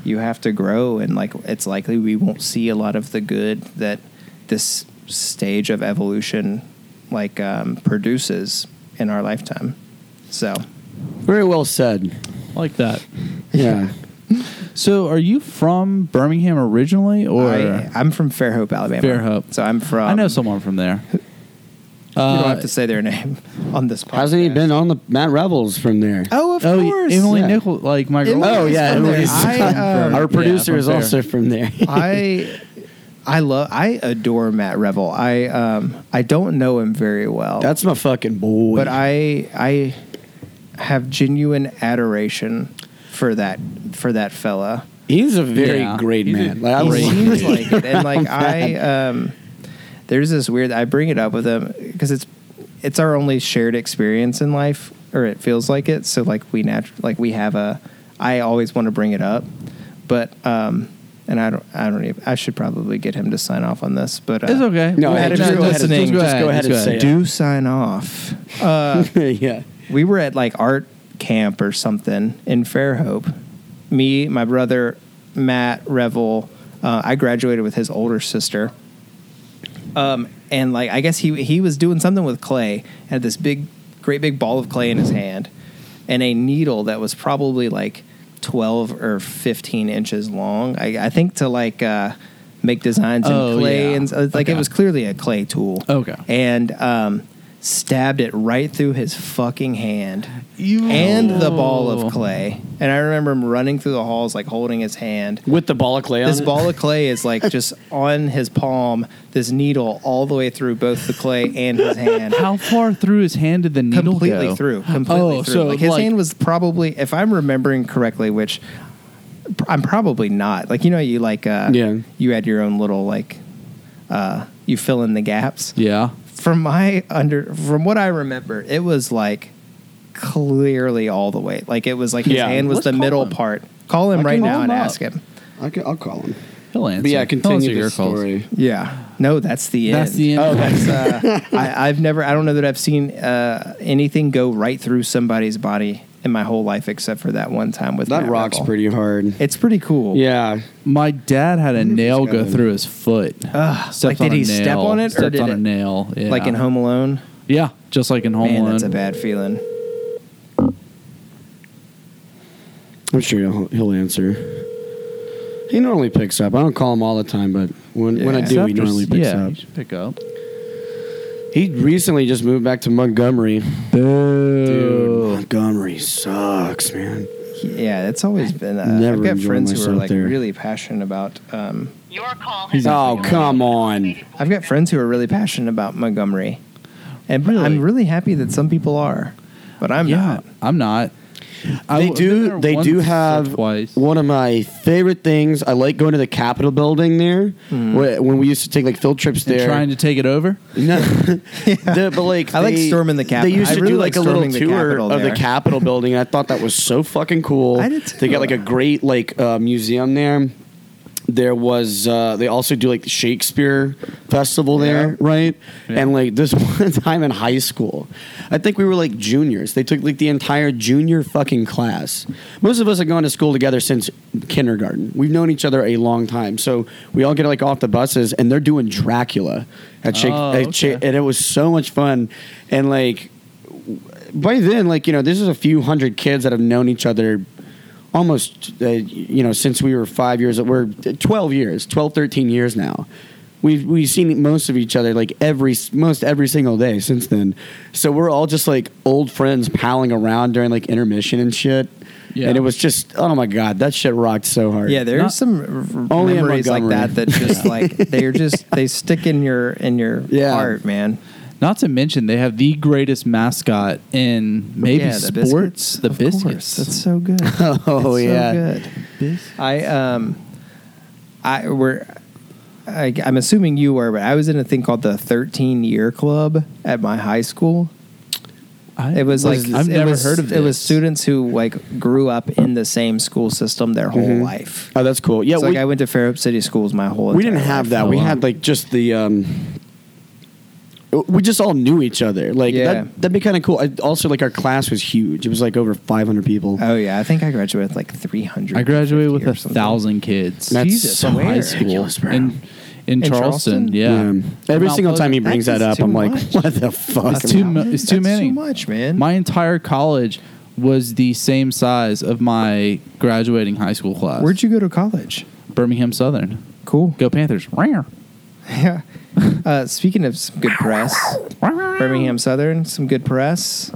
C: you have to grow and like it's likely we won't see a lot of the good that this stage of evolution like um, produces in our lifetime so
B: Very well said.
A: I like that.
B: Yeah.
A: So, are you from Birmingham originally, or
C: I, i'm from fairhope alabama
A: Fairhope.
C: so i'm from
A: I know someone from there?
C: you don't
A: Uh,
C: have to say their name on this podcast
B: Hasn't he been on the Matt Rebels from there?
C: oh of
A: oh,
C: course
A: Emily
B: yeah.
A: Nichol, like my
C: Emily
A: girlfriend
B: Oh,
A: is
B: yeah,
A: from there.
B: Emily's
C: I,
A: from
C: uh,
A: Birmingham.
B: Our
A: Yeah,
B: producer
A: from
B: is
A: Fair.
B: also from there.
C: I I love I adore Matt Revel. I um I don't know him very well.
B: That's my fucking boy.
C: but I I have genuine adoration for that for that fella.
B: he's a very
A: Yeah.
B: great
A: He's a
B: man. Like, I
C: He
A: great
B: love
C: seems
B: him.
C: like it, and like I um, there's this weird. I bring it up with him because it's it's our only shared experience in life, or it feels like it. So like we natu- like we have a. I always want to bring it up, but um, and I don't I don't even I should probably get him to sign off on this, but uh,
A: It's okay.
B: No,
A: We're
B: hey,
A: not
B: just go ahead and-
A: listening.
B: just go ahead and say it.
C: Do sign off. Uh,
B: yeah.
C: we were at like art camp or something in Fairhope. Me, my brother, Matt Revel. Uh, I graduated with his older sister. Um, and like I guess he he was doing something with clay. Had this big, great big ball of clay in his hand, and a needle that was probably like twelve or fifteen inches long. I, I think to like uh, make designs
A: Oh,
C: in clay
A: yeah.
C: and and like
A: Okay.
C: it was clearly a clay tool.
A: Okay.
C: and um, stabbed it right through his fucking hand
A: You-
C: and the ball
A: Oh.
C: of clay. And I remember him running through the halls like holding his hand.
B: With the ball of clay on
C: This
B: it.
C: ball of clay is like just on his palm. This needle all the way through both the clay and his hand.
A: How far through his hand did the needle
C: completely
A: go?
C: through. Completely
A: Oh,
C: through.
A: so,
C: like his
A: like-
C: hand was probably, if I'm remembering correctly, which pr- I'm probably not. Like you know, you like uh,
B: Yeah.
C: you had your own little like uh, you fill in the gaps
A: Yeah.
C: from my under from what I remember, it was like clearly all the way. Like it was like his
B: Yeah.
C: hand was
A: Let's
C: the
A: call
C: middle
A: him.
C: part. Call him
A: I
C: right
A: can
C: now
A: call
C: and
A: him up.
C: ask him.
B: I can, I'll call him.
A: He'll answer.
B: But yeah,
A: He'll answer
B: continue
A: your
B: the
A: calls.
B: story.
C: Yeah. No, that's the
A: That's the end.
C: end.
B: Oh, that's,
C: uh, I, I've never. I don't know that I've seen uh, anything go right through somebody's body in my whole life except for that one time with
B: that
C: Matt
B: rocks
C: Revel.
B: pretty hard.
C: It's pretty cool.
B: Yeah.
A: My dad had a nail
B: got
A: go
B: a-
A: through his foot.
C: Ugh,
A: Stepped
C: like, did
A: on a
C: he step
A: nail,
C: on it or
A: stepped
C: did
A: on
C: it-
A: a nail? Yeah.
C: Like in Home Alone.
A: Yeah, just like in Home
C: Man,
A: Alone.
C: that's a bad feeling.
B: I'm sure he'll, he'll answer. He normally picks up. I don't call him all the time, but when, when I
C: Yeah.
A: It's
B: do, he
A: after-
B: normally picks
A: yeah,
B: up.
A: he should pick up.
B: He recently just moved back to Montgomery.
A: Boo.
B: Montgomery sucks, man.
C: Yeah, it's always been. Uh,
B: Never
C: I've got
B: enjoyed
C: friends who are
B: myself
C: like
B: there.
C: really passionate about um,
D: Your call
A: He's
D: has
B: Oh, come on.
C: I've got friends who are really passionate about Montgomery, and but
A: Really?
C: I'm really happy that some people are, but I'm
A: yeah,
C: not.
A: I'm not. I w- I've
B: they
A: been
B: do.
A: there
B: They do
A: once or
B: have
A: twice.
B: one of my favorite things. I like going to the Capitol building there. wh- When we used to take like field trips
A: Hmm. And
B: there,
A: trying to take it over.
B: No, The- but like
C: I like
B: they-
C: storming the Capitol.
B: They used
C: I
B: to
C: really
B: do
C: like
B: like, a little
C: storming the
B: tour
C: Capitol
B: of the
C: there.
B: Capitol building. I thought that was so fucking cool.
C: I did
B: They
C: too.
B: got like a great like uh, museum there. There was uh, they also do like the Shakespeare festival there,
C: Yeah.
B: right?
A: Yeah.
B: And like this one time in high school, I think we were like juniors. They took like the entire junior fucking class. Most of us have gone to school together since kindergarten. We've known each other a long time, so we all get like off the buses, and they're doing Dracula at Shake,
A: Oh,
B: at Shake-
A: okay.
B: and it was so much fun. And like by then, like you know, this is a few hundred kids that have known each other almost uh, you know since we were five years old we're 12 years 12 13 years now we've we've seen most of each other like every most every single day since then so we're all just like old friends palling around during like intermission and shit
A: Yeah.
B: and it was just oh my god that shit rocked so hard
C: Yeah, there's
A: Not-
C: some r- r-
B: Only in
C: memories like that
B: Montgomery.
C: that just like they're just they stick in your in your
B: Yeah.
C: heart, man.
A: Not to mention they have the greatest mascot in maybe
C: Yeah, the
A: sports. The
C: Of
A: biscuits.
C: course. That's so good.
B: Oh,
C: It's so
B: yeah.
C: good. I um, I were, I, I'm assuming you were, but I was in a thing called the 13 Year Club at my high school.
A: I-
C: It was, like
A: I've
C: it
A: never
C: was-
A: heard of. This.
C: It was students who like grew up in the same school system their whole
A: Mm-hmm.
C: life.
B: oh that's cool yeah
C: It's
B: we,
C: like I went to Fairhope City Schools my whole.
B: we didn't
C: entire
B: have
C: life. Oh,
B: that we had like just the um we just all knew each other like
C: Yeah.
B: that, that'd be kind of cool I, also like our class was huge it was like over 500 people
C: Oh yeah, I think I graduated with like 300.
A: I graduated with a thousand kids.
B: That's
A: Jesus,
B: so
A: from high
B: ridiculous,
A: school
B: bro.
A: in, in,
C: In
A: Charleston.
C: Charleston?
A: Yeah.
B: Every
A: Mount
B: single time he
A: Pleasant.
B: brings
C: That
B: that,
C: is
B: up, I'm
C: too
B: like,
C: much.
B: what the fuck?
A: It's too mu- it's too
C: That's
A: many.
C: Too much, man.
A: My entire college was the same size of my graduating high school class.
C: Where'd you go to college?
A: Birmingham Southern.
C: Cool.
A: Go Panthers. Rare.
C: Yeah. Uh, speaking of some good press, Birmingham Southern, some good press.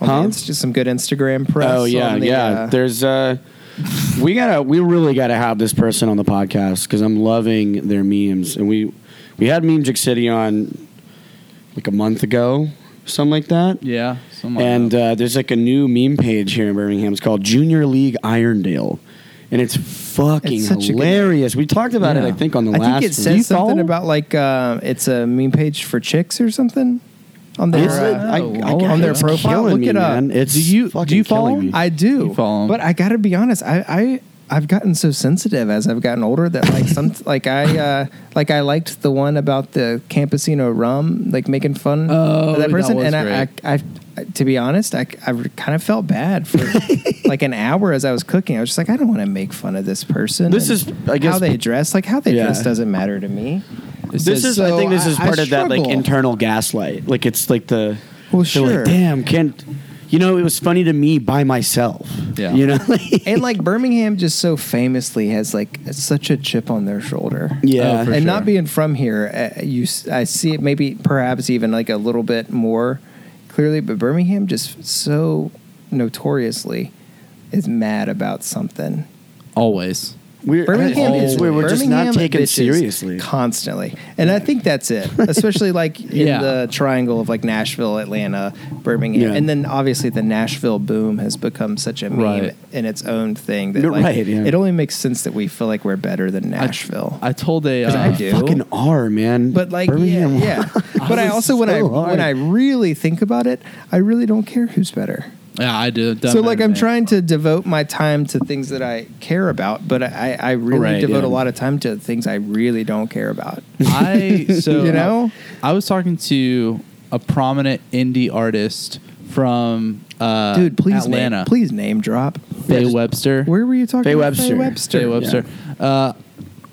C: On
B: Huh?
C: the Insta- some good Instagram press.
B: oh yeah,
C: on the,
B: yeah.
C: uh,
B: There's uh, we gotta, we really gotta have this person on the podcast because I'm loving their memes, and we we had Memejig City on like a month ago, something like that.
A: Yeah. something like
B: And
A: that.
B: uh, there's like a new meme page here in Birmingham. It's called Junior League Irondale, and it's fucking
C: It's such a good-
B: hilarious. We talked about it,
A: Yeah.
B: I think, on the
C: I
B: last.
C: think it
B: one.
C: says something about like uh, it's a meme page for chicks or something on their
B: It's
A: Or,
B: like-
C: uh,
B: I-
A: oh,
B: I-
A: on
B: it's
A: their
C: profile?
B: killing
C: Look
B: me,
C: it up.
B: man. It's
A: Do you- do
B: fucking
A: you follow
B: killing me.
A: him?
C: I do.
A: You follow 'em.
C: But I got to be honest. I, I I've gotten so sensitive as I've gotten older that like some like I uh, like I liked the one about the Campesino rum, like making fun
A: Oh,
C: of that
A: that
C: person,
A: was
C: and I,
A: great.
C: I, I to be honest, I I kind of felt bad for like an hour as I was cooking. I was just like, I don't want to make fun of this person.
B: This
C: and
B: is, I guess-
C: how they dress. Like how they
B: Yeah.
C: dress doesn't matter to me.
A: It
B: This
A: says-
B: is, I
C: so
B: think, this is
C: I- I
B: part of that like
C: struggle.
B: internal gaslight. Like it's like the,
C: Well,
B: they're like,
C: sure.
B: damn, can't. You know, it was funny to me by myself.
A: Yeah.
B: You know.
C: and like Birmingham just so famously has like such a chip on their shoulder.
B: yeah.
A: Oh, for
C: uh, and
A: sure.
C: not being from here, uh, you s- I see it maybe perhaps even like a little bit more clearly, but Birmingham just so notoriously is mad about something.
A: always.
B: We're,
C: Birmingham
B: it's
C: is
B: weird, we're just not
C: Birmingham
B: taken
C: bitches
B: seriously.
C: constantly, and I think that's it. Especially like in
A: Yeah.
C: the triangle of like Nashville, Atlanta, Birmingham,
B: Yeah.
C: and then obviously the Nashville boom has become such a meme
A: Right.
C: in its own thing that
B: You're
C: like,
B: right, yeah.
C: it only makes sense that we feel like we're better than Nashville.
A: I told a. Uh,
C: I do.
B: Fucking R, man.
C: But like, yeah,
B: Birmingham-
C: yeah. But I
B: was
C: also when I
B: so hard.
C: when I really think about it, I really don't care who's better.
A: Yeah, I do. It doesn't
C: so like,
A: matter
C: I'm
A: to me.
C: trying to devote my time to things that I care about, but I I really
B: Right,
C: devote
B: yeah.
C: a lot of time to things I really don't care about.
A: I so uh,
C: You know?
A: I, I was talking to a prominent indie artist from uh,
C: Dude, please
A: Atlanta,
C: name please name drop.
A: Faye
B: Yeah, just-
A: Webster.
C: Where were you talking?
B: Faye
C: about
B: Webster.
C: Faye
A: Faye
C: Webster.
A: Webster. Uh,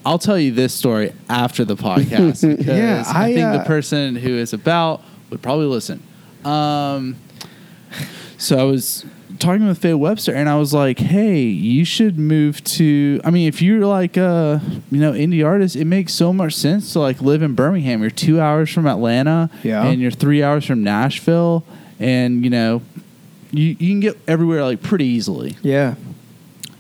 A: I'll tell you this story after the podcast. because
C: Yeah,
A: I,
C: I,
A: think the
C: uh,
A: person who is about would probably listen. Um, so I was talking with Faye Webster, and I was like, "Hey, you should move to. I mean, if you're like a you know indie artist, it makes so much sense to like live in Birmingham. You're two hours from Atlanta,
C: Yeah.
A: and you're three hours from Nashville, and you know." You, you can get everywhere like pretty easily
C: Yeah.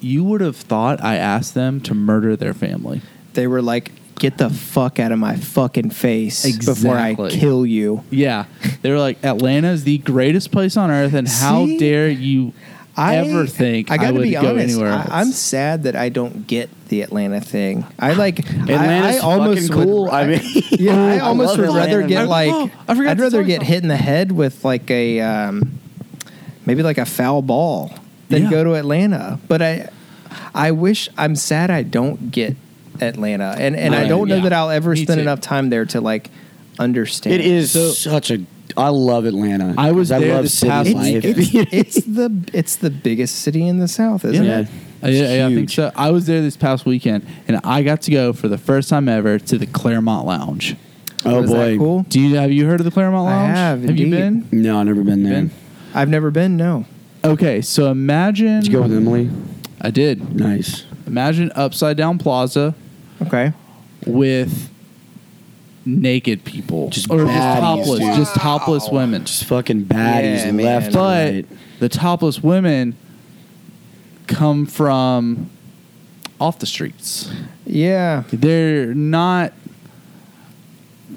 A: you would have thought I asked them to murder their family.
C: They were like, get the fuck out of my fucking face before I
A: Exactly.
C: kill you.
A: Yeah. They were like, Atlanta is the greatest place on earth, and how
C: See?
A: dare you ever think I,
C: gotta
A: would go anywhere else?
C: I, am sad that I don't get the Atlanta thing. I like
B: Atlanta's
C: I, I almost
B: fucking cool.
C: Would,
B: I mean,
C: yeah, I
B: I
C: almost
B: love
C: would rather
B: Atlanta.
C: get like
A: Oh, I forgot
C: I'd
A: to
C: rather
A: tell you
C: get hit in the head with like a um, maybe like a foul ball than
A: Yeah.
C: go to Atlanta. But I I wish I'm sad I don't get Atlanta, and and I
A: Right,
C: don't know
A: yeah.
C: that I'll ever
A: Me
C: spend
A: too.
C: enough time there to like understand.
B: it is
A: So-
B: such a. I love Atlanta.
A: I was
B: 'Cause I
A: there
B: love
A: this
B: city
A: past
B: life.
A: weekend.
C: it's the it's the biggest city in the South, isn't
A: yeah.
C: it?
A: I, Uh, yeah, I think
B: Huge.
A: so. I was there this past weekend, and I got to go for the first time ever to the Claremont Lounge.
B: oh
C: Was that
B: boy.
C: cool?
A: Do you have you heard of the Claremont
C: I
A: Lounge?
C: have,
A: you
C: indeed.
A: been?
B: No, I've never been there.
A: Been?
C: I've never been. No.
A: Okay, so imagine
B: Did you go with Emily?
A: I did.
B: Nice.
A: Imagine Upside Down Plaza
C: Okay.
A: with naked people,
B: Just
A: or
B: baddies,
A: just topless,
B: dude.
A: just topless women.
B: Just fucking baddies
C: Yeah, man.
B: left and
A: but
B: right.
A: the topless women come from off the streets.
C: Yeah.
A: They're not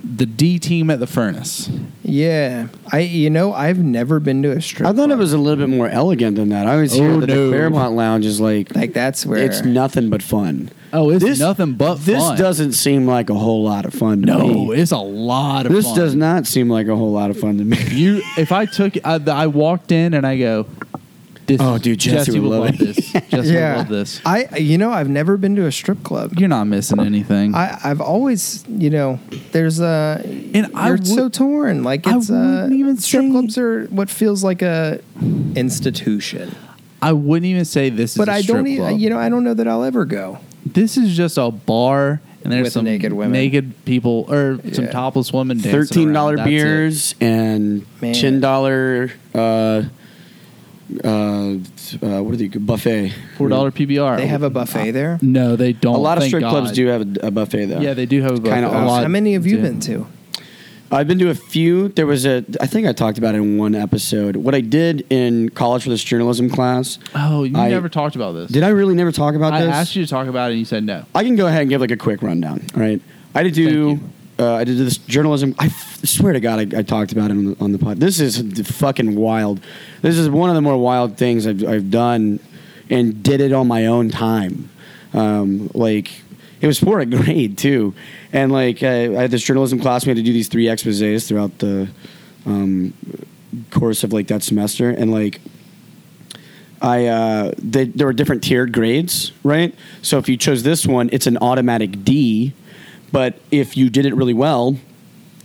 A: the D team at the furnace.
C: Yeah. I you know, I've never been to a strip.
B: I thought it
C: club.
B: was a little bit more elegant than that. I always hear
A: Oh,
B: that
A: no.
B: the Fairmont Lounge is like
C: like that's where
B: it's nothing but fun.
A: Oh, it's nothing but
B: this
A: fun.
B: doesn't seem like a whole lot of fun. To
A: No,
B: me.
A: it's a lot of
B: this
A: fun.
B: does not seem like a whole lot of fun to me.
A: You, if I took, I, I walked in and I go, this,
B: Oh, dude, Jesse would
A: will
B: love it.
A: this. Jesse
C: yeah.
A: will love this.
C: I you know, I've never been to a strip club.
A: You're not missing anything.
C: I, I've always, you know, there's a.
A: And I
C: you're
A: would-
C: so torn. Like
A: I
C: it's uh,
A: wouldn't even
C: strip
A: say-
C: clubs are what feels like a institution.
A: I wouldn't even say this
C: but
A: is
C: I
A: a strip
C: don't, e-
A: club.
C: you know, I don't know that I'll ever go.
A: this is just a bar and there's
C: With
A: some
C: naked women.
A: naked people or some
C: Yeah.
A: topless women. dancing around.
B: Thirteen dollar
A: That's it.
B: beers and
C: Man.
B: ten dollar. Uh, uh, uh, what are they? Buffet.
A: Four dollar PBR.
C: They have a buffet there.
A: No, they don't.
B: A lot of
A: thank
B: strip clubs
A: God.
B: do have a, a buffet though.
A: Yeah, they do have a buffet.
B: Kinda
A: A
B: awesome.
A: lot
C: How many have you
A: do.
C: been to?
B: I've been to a few. There was a, I think I talked about it in one episode. What I did in college for this journalism class.
A: Oh, you
B: I-
A: never talked about this.
B: Did I really never talk about
A: I
B: this?
A: asked you to talk about it and you said no.
B: I can go ahead and give like a quick rundown. All right, I did do.
A: Thank
B: Uh, I did this journalism. I f- swear to God, I, I talked about it on the, on the pod. This is d- fucking wild. This is one of the more wild things I've, I've done, and did it on my own time. Um, like it was for a grade too, and like I, I had this journalism class. We had to do these three exposés throughout the um, course of like that semester, and like I uh, they, there were different tiered grades, right? So if you chose this one, it's an automatic D, but if you did it really well,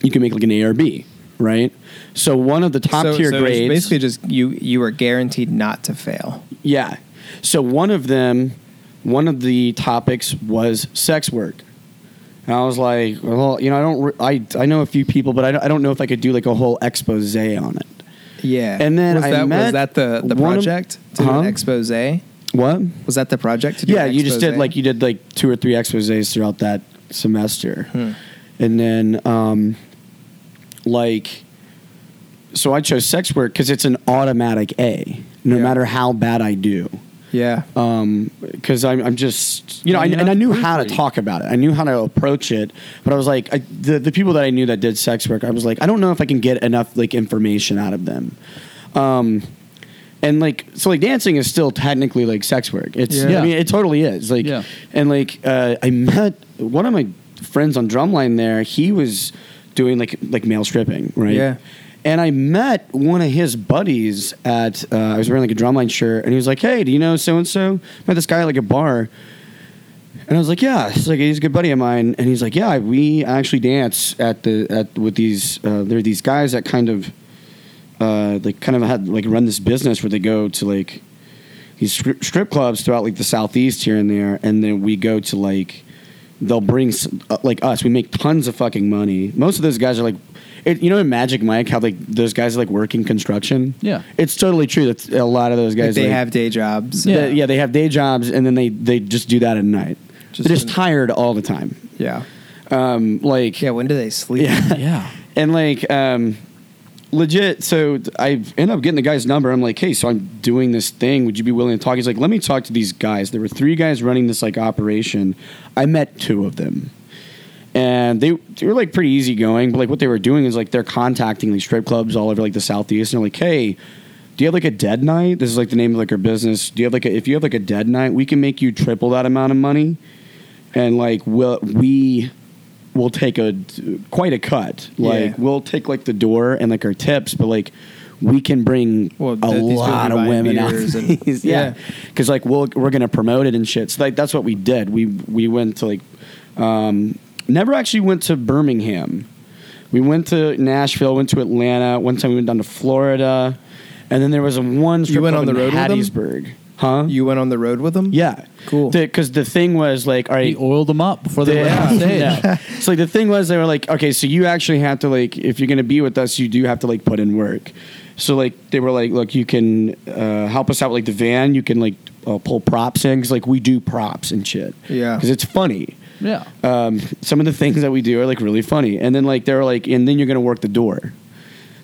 B: you can make like an A or B, right? So one of the top
C: So-
B: tier
C: so it's
B: grades,
C: Basically, just you you are guaranteed not to fail.
B: yeah. So one of them, one of the topics was sex work. And I was like, well, you know, I don't, re- I, I know a few people, but I don't, I don't know if I could do like a whole expose on it.
C: Yeah.
B: And then
C: was
B: I
C: that was
B: met
C: that the the
B: one of-
C: project to do an
B: Huh?
C: expose? Was
B: What?
C: that the project to do?
B: yeah
C: an
B: you just did
C: expose?
B: like you did like two or three exposés throughout that semester
C: Hmm.
B: and then um like so i chose sex work because it's an automatic a no
C: Yeah.
B: matter how bad i do
C: yeah.
B: uh, because Um, I'm, I'm just you know I,
A: You're
B: and I
A: not
B: knew how to
A: proofreading.
B: talk about it I knew how to approach it but I was like I, the, the people that I knew that did sex work I was like I don't know if I can get enough like information out of them um and like so like dancing is still technically like sex work it's
A: Yeah.
B: I mean it totally is like
A: Yeah.
B: and like uh, I met one of my friends on drumline there he was doing like like male stripping right
C: Yeah.
B: and I met one of his buddies at uh, I was wearing like a drumline shirt, and he was like, "Hey, do you know so and so?" Met this guy at like a bar, and I was like, "Yeah." He's like, "He's a good buddy of mine," and he's like, "Yeah, we actually dance at the at with these. Uh, there are these guys that kind of uh, like kind of had like run this business where they go to like these stri- strip clubs throughout like the southeast here and there, and then we go to like they'll bring s- uh, like us. We make tons of fucking money. Most of those guys are like, it, you know, in Magic Mike, how like those guys are like working construction.
A: Yeah.
B: it's totally true that a lot of those
C: Like,
B: guys
C: they
B: like-
C: have day jobs.
B: yeah. yeah, they have day jobs and then they they just do that at night.
C: Just
B: They're just
C: in-
B: tired all the time.
C: Yeah.
B: Um, like
C: Yeah. When do they sleep?
B: Yeah.
A: Yeah.
B: and like um legit so i end up getting the guy's number i'm like hey so i'm doing this thing would you be willing to talk he's like let me talk to these guys there were three guys running this like operation i met two of them and they, they were like pretty easygoing but like what they were doing is like they're contacting these strip clubs all over like the southeast and they're like hey do you have like a dead night this is like the name of like our business do you have like a, if you have like a dead night we can make you triple that amount of money and like we'll, we will take a quite a cut like
C: Yeah.
B: we'll take like the door and like our tips but like we can bring
C: Well,
B: a
C: th- these people
B: lot
C: be
B: of
C: buying
B: women out
C: beers and-
B: these.
C: Yeah.
B: yeah because like we'll, we're gonna promote it and shit so like that's what we did we we went to like um, never actually went to birmingham we went to nashville went to atlanta one time we went down to florida and then there was a one strip
C: went
B: club
C: on
B: in
C: the road with them?
B: hattiesburg huh
C: You went on the road with them.
B: yeah
C: Cool.
B: because the thing was like all
A: He
B: right
A: oiled them up before they went on stage.
B: yeah. So like the thing was, they were like, okay, so you actually have to like, if you're gonna be with us, you do have to like put in work. So like they were like, look, you can uh, help us out with, like the van. You can like uh, pull props in because like we do props and shit.
C: Yeah.
B: because it's funny.
A: Yeah.
B: Um, some of the things that we do are like really funny, and then like they're like, and then you're gonna work the door.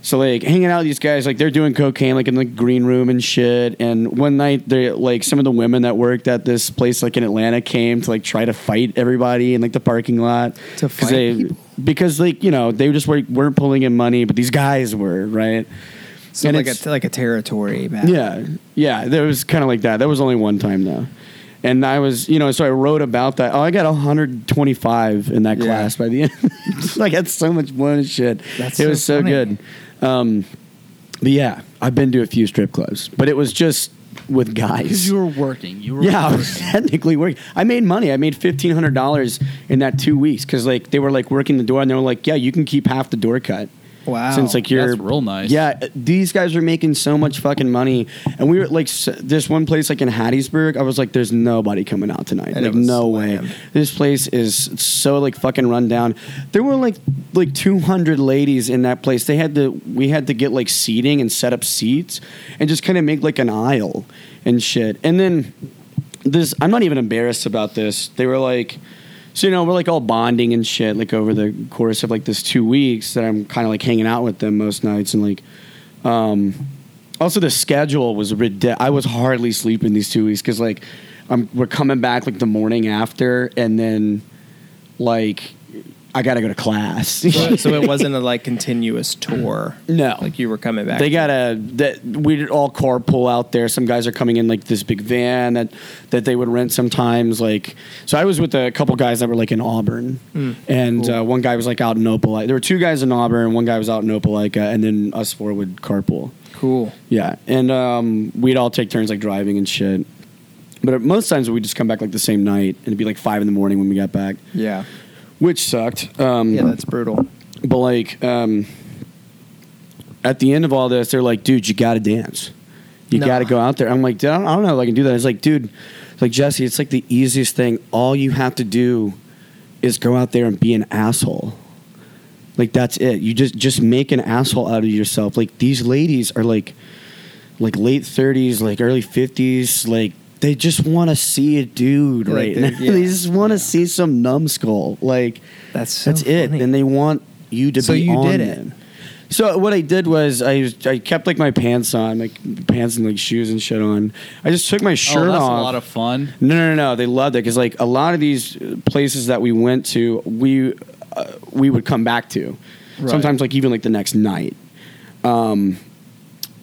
B: So like hanging out with these guys, like they're doing cocaine like in the green room and shit. And one night they like some of the women that worked at this place like in Atlanta came to like try to fight everybody in like the parking lot
C: To
B: 'Cause
C: fight
B: they,
C: people?
B: because like you know they just were, weren't pulling in money, but these guys were right.
C: So
B: And
C: like
B: it's-
C: a like a territory battle.
B: Yeah, yeah. There was kind of like that. That was only one time though, and I was, you know, so I wrote about that. Oh, I got 125 in that
C: Yeah.
B: class by the end. like, that's so much fun and shit.
C: That's
B: it
C: so
B: was so
C: funny.
B: good. Um, but yeah, I've been to a few strip clubs, but it was just with guys.
A: you were working. You were
B: Yeah, I
A: working.
B: was technically working. I made money. I made fifteen hundred dollars in that two weeks because like they were like working the door and they were like, yeah, you can keep half the door cut.
C: Wow.
B: Since like you're
A: That's real nice.
B: Yeah, these guys were making so much fucking money, and we were like s- this one place like in Hattiesburg. I was like, there's nobody coming out tonight.
C: And it
B: like
C: was
B: no
C: slammed.
B: way. This place is so like fucking run down. There were like like 200 ladies in that place. They had to we had to get like seating and set up seats and just kind of make like an aisle and shit. And then this I'm not even embarrassed about this. They were like so you know, we're like all bonding and shit like over the course of like this 2 weeks that I'm kind of like hanging out with them most nights and like um also the schedule was ridiculous. I was hardly sleeping these 2 weeks cuz like I'm we're coming back like the morning after and then like I got to go to class.
C: Right, so it wasn't a like continuous tour.
B: No.
C: Like you were coming back.
B: They got a that we did all carpool out there. Some guys are coming in like this big van that that they would rent sometimes. Like so, I was with a couple guys that were like in Auburn,
C: Hmm.
B: and uh, one guy was like out in Opelika. There were two guys in Auburn, one guy was out in Opelika, and then us four would carpool.
C: cool.
B: Yeah, and um, we'd all take turns like driving and shit. But most times we'd just come back like the same night, and it'd be like five in the morning when we got back,
C: Yeah.
B: which sucked. Um,
C: Yeah, that's brutal.
B: but like, um, at the end of all this, they're like, "Dude, you got to dance. You
C: No.
B: got to go out there." I'm like, "Dude, I don't, I don't know if I can do that." It's like, "Dude, like Jesse, it's like the easiest thing. All you have to do is go out there and be an asshole. Like that's it. You just just make an asshole out of yourself. Like these ladies are like, like late 30s, like early 50s, like." They just want to see a dude
C: Yeah, like
B: right
C: they-
B: now.
C: yeah.
B: they just want to see some numbskull. Like,
C: That's so
B: that's it.
C: funny.
B: And they want you to
C: So
B: be
C: you
B: on
C: did it.
B: them. So what I did was I I kept like my pants on, like pants and like shoes and shit on. I just took my
A: oh,
B: shirt
A: that's
B: off.
A: a lot of fun.
B: No, no, no, no. They loved it because like a lot of these places that we went to, we uh, we would come back to.
A: Right.
B: Sometimes like even like the next night. Um,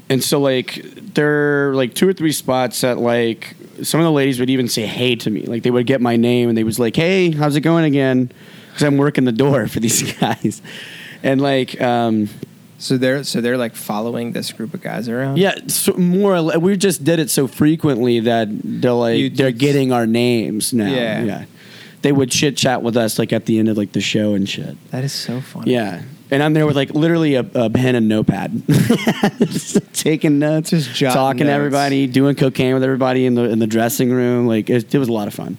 B: and so like there are like two or three spots that like some of the ladies would even say hey to me. Like they would get my name and they was like, hey, how's it going again? Because I'm working the door for these guys. And like, um,
C: So they're so they're like following this group of guys around.
B: yeah, so more or less, we just did it so frequently that they're like
C: You-
B: they're
C: you-
B: getting our names now.
C: Yeah.
B: They would chit chat with us like at the end of like the show and shit.
C: That is so funny.
B: Yeah. And I'm there with like literally a, a pen and notepad, Just taking notes,
C: Just jotting
B: talking to
C: notes.
B: everybody, doing cocaine with everybody in the in the dressing room. Like it, it was a lot of fun,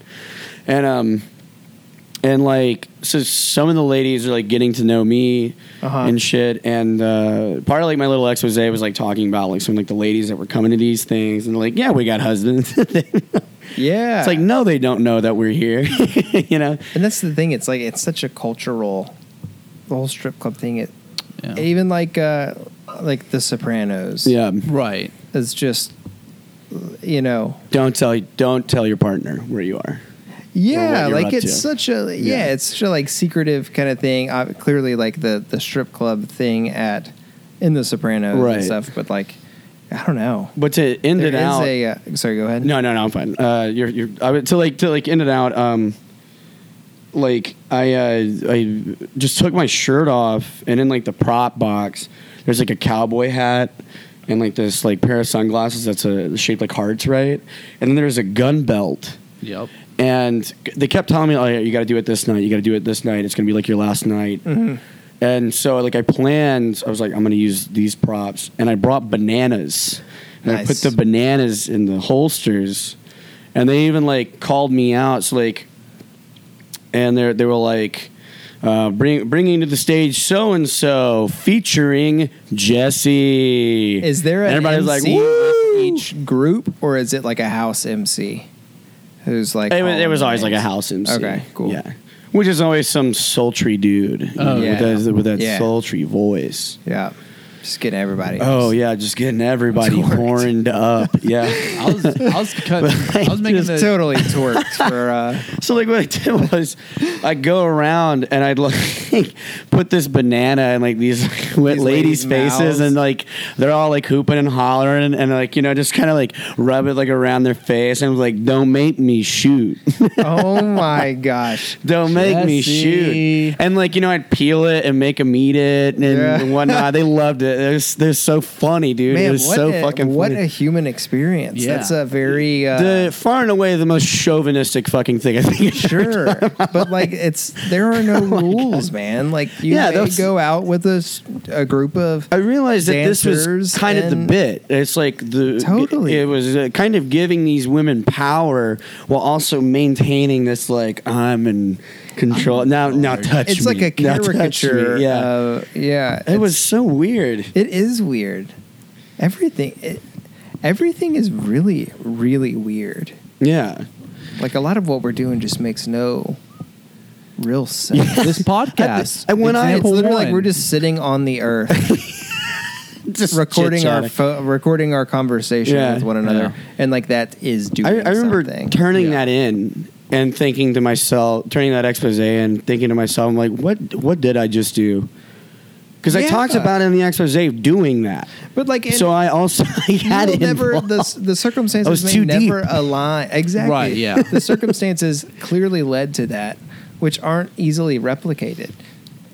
B: and um, and like so some of the ladies are like getting to know me
C: Uh-huh.
B: and shit. And uh, part of like my little expose was like talking about like some like the ladies that were coming to these things and like yeah we got husbands. it's
C: Yeah.
B: like no they don't know that we're here, you know.
C: And that's the thing. It's like it's such a cultural, the whole strip club thing. It
A: Yeah.
C: even like uh like The Sopranos.
B: Yeah.
A: Right.
C: It's just you know.
B: Don't tell don't tell your partner where you are.
C: Yeah,
B: you're
C: like
B: up
C: it's
B: to.
C: such a yeah,
B: Yeah.
C: it's such a like secretive kind of thing. Uh, clearly, like the the strip club thing at in The Sopranos
B: Right.
C: and stuff. But like, I don't know.
B: But to end
C: There
B: it
C: is
B: out,
C: a uh, sorry. Go ahead.
B: no, no, no, I'm fine. Uh, you're, you're. I would, to like to like end it out. Um, like I, uh, I just took my shirt off, and in like the prop box, there's like a cowboy hat and like this like pair of sunglasses that's a shaped like hearts, right? And then there's a gun belt.
A: Yep.
B: And they kept telling me, "Oh, yeah, you got to do it this night. You got to do it this night. It's gonna be like your last night."
C: Mm-hmm.
B: And so, like, I planned. I was like, "I'm gonna use these props," and I brought bananas. And I put
C: Nice.
B: the bananas in the holsters, and they even like called me out. So like, and they they were like, Uh, bring, bringing to the stage so and so featuring Jesse.
C: Is there an
B: And everybody's
C: MC
B: like, "Woo!"
C: with each group, or is it like a house MC? Who's like?
B: It was, it
C: calling
B: was
C: the
B: always like a
C: names?
B: house MC.
C: Okay, cool.
B: Yeah. Which is always some sultry dude you
A: Oh,
B: know,
C: yeah.
B: with that, with that
C: Yeah.
B: sultry voice.
C: Yeah, just getting everybody.
B: Oh, yeah, just getting everybody
C: Torqued.
B: horned up. Yeah.
A: I was, I was cutting. I was making
C: Just
A: the.
C: totally twerked for. Uh,
B: So like what I did was I would go around and I'd like put this banana in like these wet
C: These
B: ladies',
C: ladies'
B: faces
C: mouths.
B: and like they're all like hooping and hollering and, like you know just kind of like rub it like around their face and was like don't make me shoot
C: oh my gosh!
B: don't make me
A: Jesse.
B: shoot and like you know I'd peel it and make them eat it and
C: Yeah.
B: whatnot they loved it they're, s- they're so funny dude it
C: Man,
B: was
C: what
B: so
C: a,
B: fucking
C: what
B: funny.
C: a human experience.
A: Yeah.
C: That's a very uh,
B: the far and away the most chauvinistic fucking thing I think I've ever
C: Sure, but like it's there are no rules, man. Like you
B: Oh Yeah,
C: may
B: those-
C: go out with a, s- a group of
B: I realized that this was
C: dancers
B: kind of the
C: and-
B: bit. It's like the
C: Totally.
B: It was uh, kind of giving these women power while also maintaining this like I'm in control. Now, now touch
C: it's
B: me.
C: like a
B: Now touch me.
C: caricature.
B: Yeah,
C: uh, yeah.
B: it was so weird.
C: It is weird. Everything, it, everything is really, really weird.
B: Yeah,
C: Like a lot of what we're doing just makes no real sense.
A: This podcast.
B: I- I- when I-
C: it's
A: example
C: literally like
A: one.
C: we're just sitting on the earth,
B: just
C: recording our
B: chit-chatting.
C: fo- recording our conversation
B: Yeah.
C: with one another,
A: Yeah.
C: and like that is doing.
B: I, I remember
C: something.
B: turning
A: Yeah.
B: that in and thinking to myself, turning that expose and thinking to myself, I'm like, what, what did I just do? Because I
C: Yeah.
B: talked about in the expose doing that.
C: but like it,
B: so I also I had
C: you'll
B: it
C: never
B: involved.
C: the, s- the
B: I was
C: circumstances may
B: too deep.
C: never align exactly
A: Right, yeah.
C: the circumstances clearly led to that which aren't easily replicated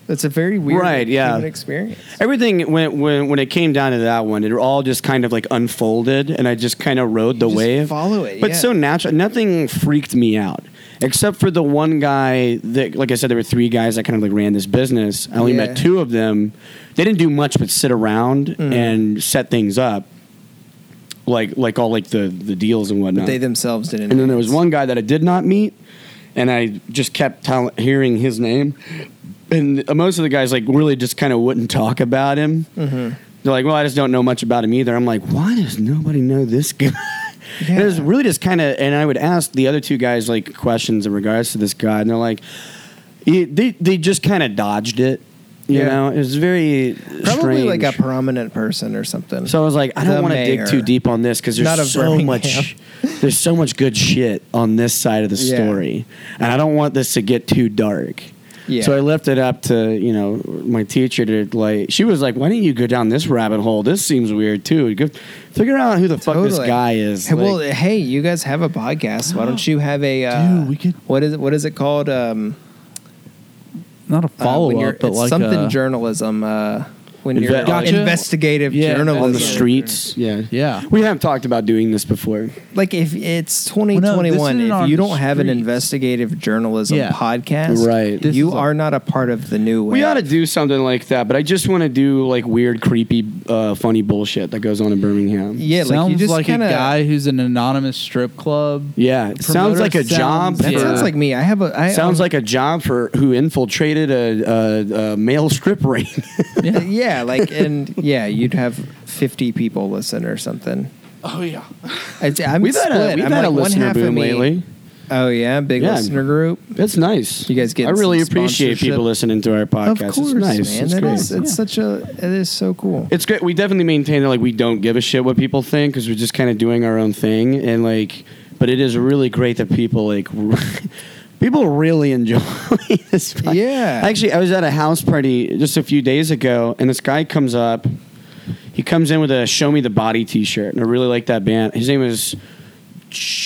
C: it's a very weird
B: Right, yeah.
C: human experience
B: Everything when, when when it came down to that one, it all just kind of like unfolded, and I just kind of rode the
C: just
B: wave.
C: follow it,
B: but
C: yeah.
B: so natural. Nothing freaked me out, except for the one guy that, like I said, there were three guys that kind of like ran this business. I only
C: Yeah. Mm.
B: met two of them. They didn't do much but sit around and set things up, like like all like the the deals and whatnot.
C: they themselves didn't
B: And then there was one guy that I did not meet, and I just kept tell- hearing his name. And most of the guys like really just kind of wouldn't talk about him.
C: Mm-hmm.
B: They're like, "Well, I just don't know much about him either." I'm like, "Why does nobody know this guy?" And it was
C: Yeah.
B: really just kind of. And I would ask the other two guys like questions in regards to this guy, and they're like, "He- "They they just kind of dodged it." You
C: Yeah.
B: know, it was very
C: probably like a
B: strange.
C: prominent person or something
B: So I was like, I
C: The
B: don't want to dig
C: mayor.
B: too deep on this because there's
C: Not of
B: so
C: Birmingham.
B: much, there's so much good shit on this side of the
C: Yeah.
B: story, and I don't want this to get too dark.
C: Yeah.
B: So I left it up to you know my teacher to like. She was like, "Why don't you go down this rabbit hole? This seems weird too. Go figure out who the fuck this
C: Totally.
B: guy is."
C: Hey, well
B: Like,
C: hey you guys have a podcast why don't you have a uh,
A: Dude, we could-
C: what is it what is it called um
A: not a
C: uh, when
A: follow
C: you're-
A: up, but
C: it's
A: like
C: something
A: a-
C: journalism uh when you're
B: Inve-
A: Gotcha.
C: investigative
A: Yeah,
C: journalism
B: on the streets, yeah,
A: Yeah.
B: We have talked about doing this before.
C: like if it's
A: no, this
C: 2021
A: isn't on
C: if you
A: the
C: don't have an
A: streets.
C: investigative journalism
A: Yeah.
C: podcast
B: Right.
A: This
C: you
A: is a-
C: are not a part of the new wave.
B: We ought to do something like that, but I just want to do like weird, creepy, uh, funny bullshit that goes on in Birmingham.
C: yeah like you
A: sounds
C: just
A: like
C: kinda,
A: a guy who's an anonymous strip club.
B: Yeah, it sounds
A: Promoter
B: like a
A: sounds-
B: job.
A: That
C: that
B: for-
C: sounds like me i have a I,
B: sounds like a job for who infiltrated a, a, a male strip ring.
C: yeah.
A: Yeah.
C: like and yeah you'd have 50 people listen or something
A: oh yeah.
C: It's, I'm
B: we've
C: split.
B: had a, we've
C: I'm
B: had
C: like
B: a
C: one
B: listener
C: half of
B: boom
C: me-
B: lately.
C: oh yeah big
B: Yeah.
C: listener group
B: That's nice.
C: You guys
B: I
C: getting
B: really
C: some
B: appreciate
C: sponsorship?
B: people listening to our podcast.
C: of course
B: it's nice.
C: man
B: it's
C: that
B: great.
C: is, it's
B: Yeah.
C: such a it is so cool
B: It's good. We definitely maintain that like we don't give a shit what people think because we're just kind of doing our own thing and like. But it is really great that people like. People really enjoy this. pod-
C: Yeah.
B: Actually, I was at a house party just a few days ago, and this guy comes up. He comes in with a "Show Me the Body" T-shirt, and I really like that band. His name is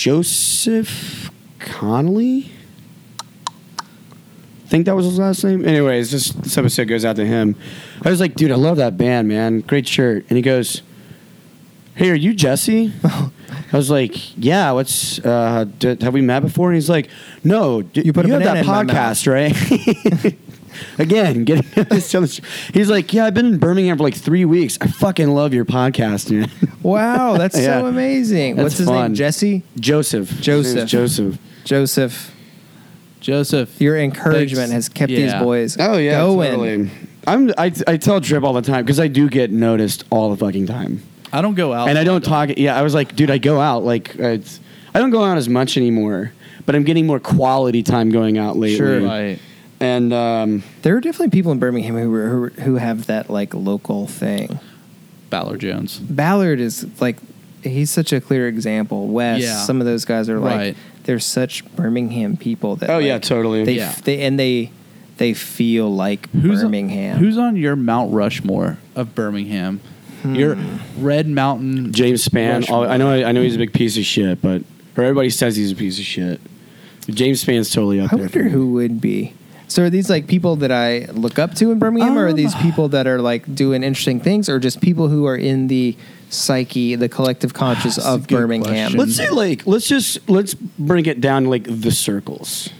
B: Joseph Connolly. think that was his last name. Anyways, this this episode goes out to him. I was like, dude, I love that band, man. Great shirt. And he goes, Hey, are you Jesse? I was like, Yeah. What's uh, d- have we met before? And he's like, No. D-
C: You put a
B: have that
C: banana in my
B: podcast, right? Again, getting this on the sh- he's like, yeah, I've been in Birmingham for like three weeks. I fucking love your podcast, man.
C: wow that's
B: Yeah.
C: so amazing
B: That's
C: what's his
B: fun.
C: name jesse
B: Joseph, His name's
C: Joseph.
B: Joseph.
C: joseph
A: Joseph.
C: Your encouragement
A: Thanks.
C: has kept
A: Yeah.
C: these boys
B: Oh yeah,
C: going.
B: totally. I'm, I, I tell Trip all the time because I do get noticed all the fucking time,
A: I don't go out,
B: and I don't talk. Yeah, I was like, dude, I go out like it's, I don't go out as much anymore, but I'm getting more quality time going out lately.
A: Sure, right.
B: And um,
C: There are definitely people in Birmingham who who, who have that like local thing.
A: Ballard Jones.
C: Ballard is like he's such a clear example. Wes,
A: Yeah.
C: some of those guys are like
A: Right.
C: they're such Birmingham people that
B: oh
C: like,
B: yeah, totally.
C: they,
A: Yeah.
C: they and they they feel like Birmingham.
A: On, who's on your Mount Rushmore of Birmingham?
C: Hmm.
A: Your Red Mountain.
B: James Spann. oh,
A: Rushmore.
B: I know. I know he's a big piece of shit, but or everybody says he's a piece of shit. James Spann's totally up
C: I
B: there. for
C: wonder
B: me.
C: who would be. So are these like people that I look up to in Birmingham, or are
A: Um,
C: these people that are like doing interesting things, or just people who are in the psyche, the collective conscious
A: That's a
C: of
A: good
C: Birmingham?
A: question.
B: Let's say like let's just let's bring it down to, like the circles.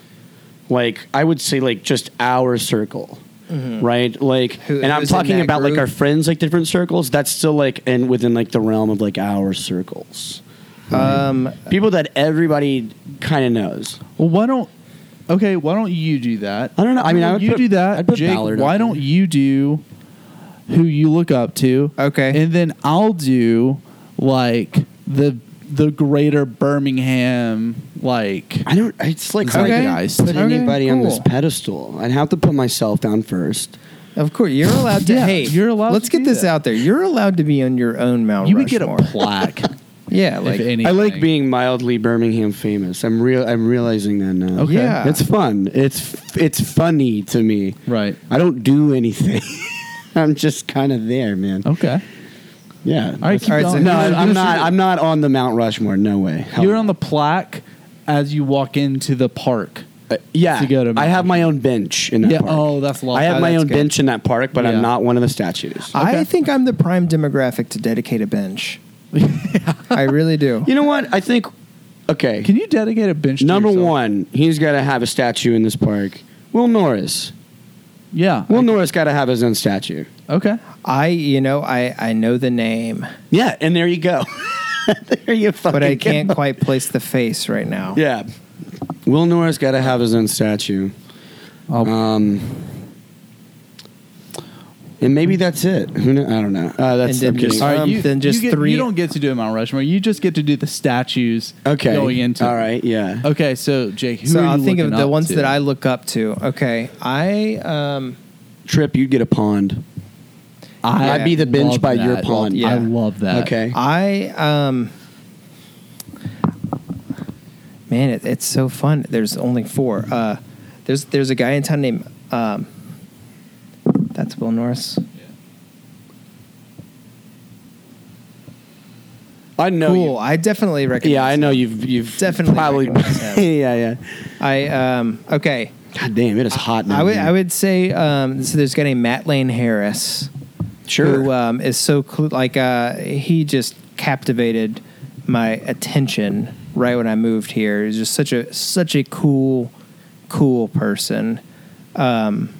B: Like I would say like just our circle. Right? Like
C: Mm-hmm. Who-
B: and I'm
C: who's in
B: talking
C: that
B: about like
C: group?
B: our friends like different circles. That's still like and within like the realm of like our circles.
C: Um,
B: People that everybody kind of knows.
A: Well, why don't? Okay, why don't you do that?
B: I don't know. I mean, I
A: Why don't
B: would
A: you
B: put-
A: do that,
B: I'd put
A: Jake.
B: Ballard up
A: why
B: there.
A: don't you do who you look up to?
C: Okay.
A: and then I'll do like the the greater Birmingham like.
B: I don't it's like
A: Okay.
B: I could put
C: Okay,
B: anybody on this
C: cool.
B: pedestal. I'd have to put myself down first.
C: of course, you're allowed to.
A: Yeah,
C: hey,
A: you're allowed
C: Let's
A: to
C: get
A: do
C: this
A: that.
C: out there. You're allowed to be on your own Mount.
A: You would get a
C: Rushmore.
A: plaque.
C: Yeah, like
A: if anything.
B: I like being mildly Birmingham famous. I'm real. I'm realizing that now.
A: Okay.
C: Yeah.
B: it's fun. It's f- it's funny to me.
A: right.
B: I don't do anything. I'm just kind of there, man.
A: Okay.
B: Yeah.
A: Oh. All right. Keep
C: All right, so
A: going.
B: no,
C: You're
B: I'm not. I'm not on the Mount Rushmore. No way. Hell
A: You're
B: no.
A: on the plaque as you walk into the park.
B: Uh, yeah.
A: to go to
B: I
A: Mount
B: have my own bench in that
A: Yeah.
B: park.
A: Oh, that's lovely.
B: I have
C: Oh,
B: my
C: that's
B: own
C: good.
B: bench in that park, but
A: Yeah. Uh,
B: I'm not one of the statues.
A: Okay.
C: I think I'm the prime demographic to dedicate a bench. I really do.
B: You know what? I think. Okay.
A: Can you dedicate a bench? to
B: Number
A: yourself?
B: one, he's got to have a statue in this park. Will Norris.
A: Yeah.
B: Will Norris got to have his own statue.
A: okay.
C: I, you know, I I know the name,
B: Yeah, and there you go. there you fucking
C: but I
B: go.
C: can't quite place the face right now.
B: Yeah. Will Norris got to have his own statue.
A: I'll-
B: Um, and maybe that's it. Who kno- I don't know. Uh, that's
C: And
B: I'm
C: then just-
B: kidding.
A: All right,
C: Um,
A: you,
C: then just
A: you get-
C: three-
A: You don't get to do a Mount Rushmore. You just get to do the statues.
B: okay.
A: Going into.
B: All right. Yeah.
A: Okay, so Jake, who
C: so
A: are you
C: I'll think of
A: looking
C: the
A: up
C: ones
A: to?
C: that I look up to. Okay, I um,
B: Trip, you'd get a pond.
A: I
B: I'd be the bench
A: love
B: by your
A: that.
B: pond.
C: Yeah.
A: I love that.
B: Okay.
C: Uh, I um, man, it, it's so fun. There's only four. Uh, there's there's a guy in town named um, that's Will Norris.
B: I know.
C: cool.
B: You,
C: I definitely recognize.
B: yeah, I know
C: him.
B: you've you've
C: Definitely
B: probably.
C: recognize him.
B: yeah, yeah.
C: I um, okay.
B: God damn, it is hot now.
C: I would
B: man.
C: I would say um, so. There's a guy named Matt Lane Harris.
B: sure.
C: who um, is so cl- like uh, he just captivated my attention right when I moved here. He's just such a such a cool, cool person. Um,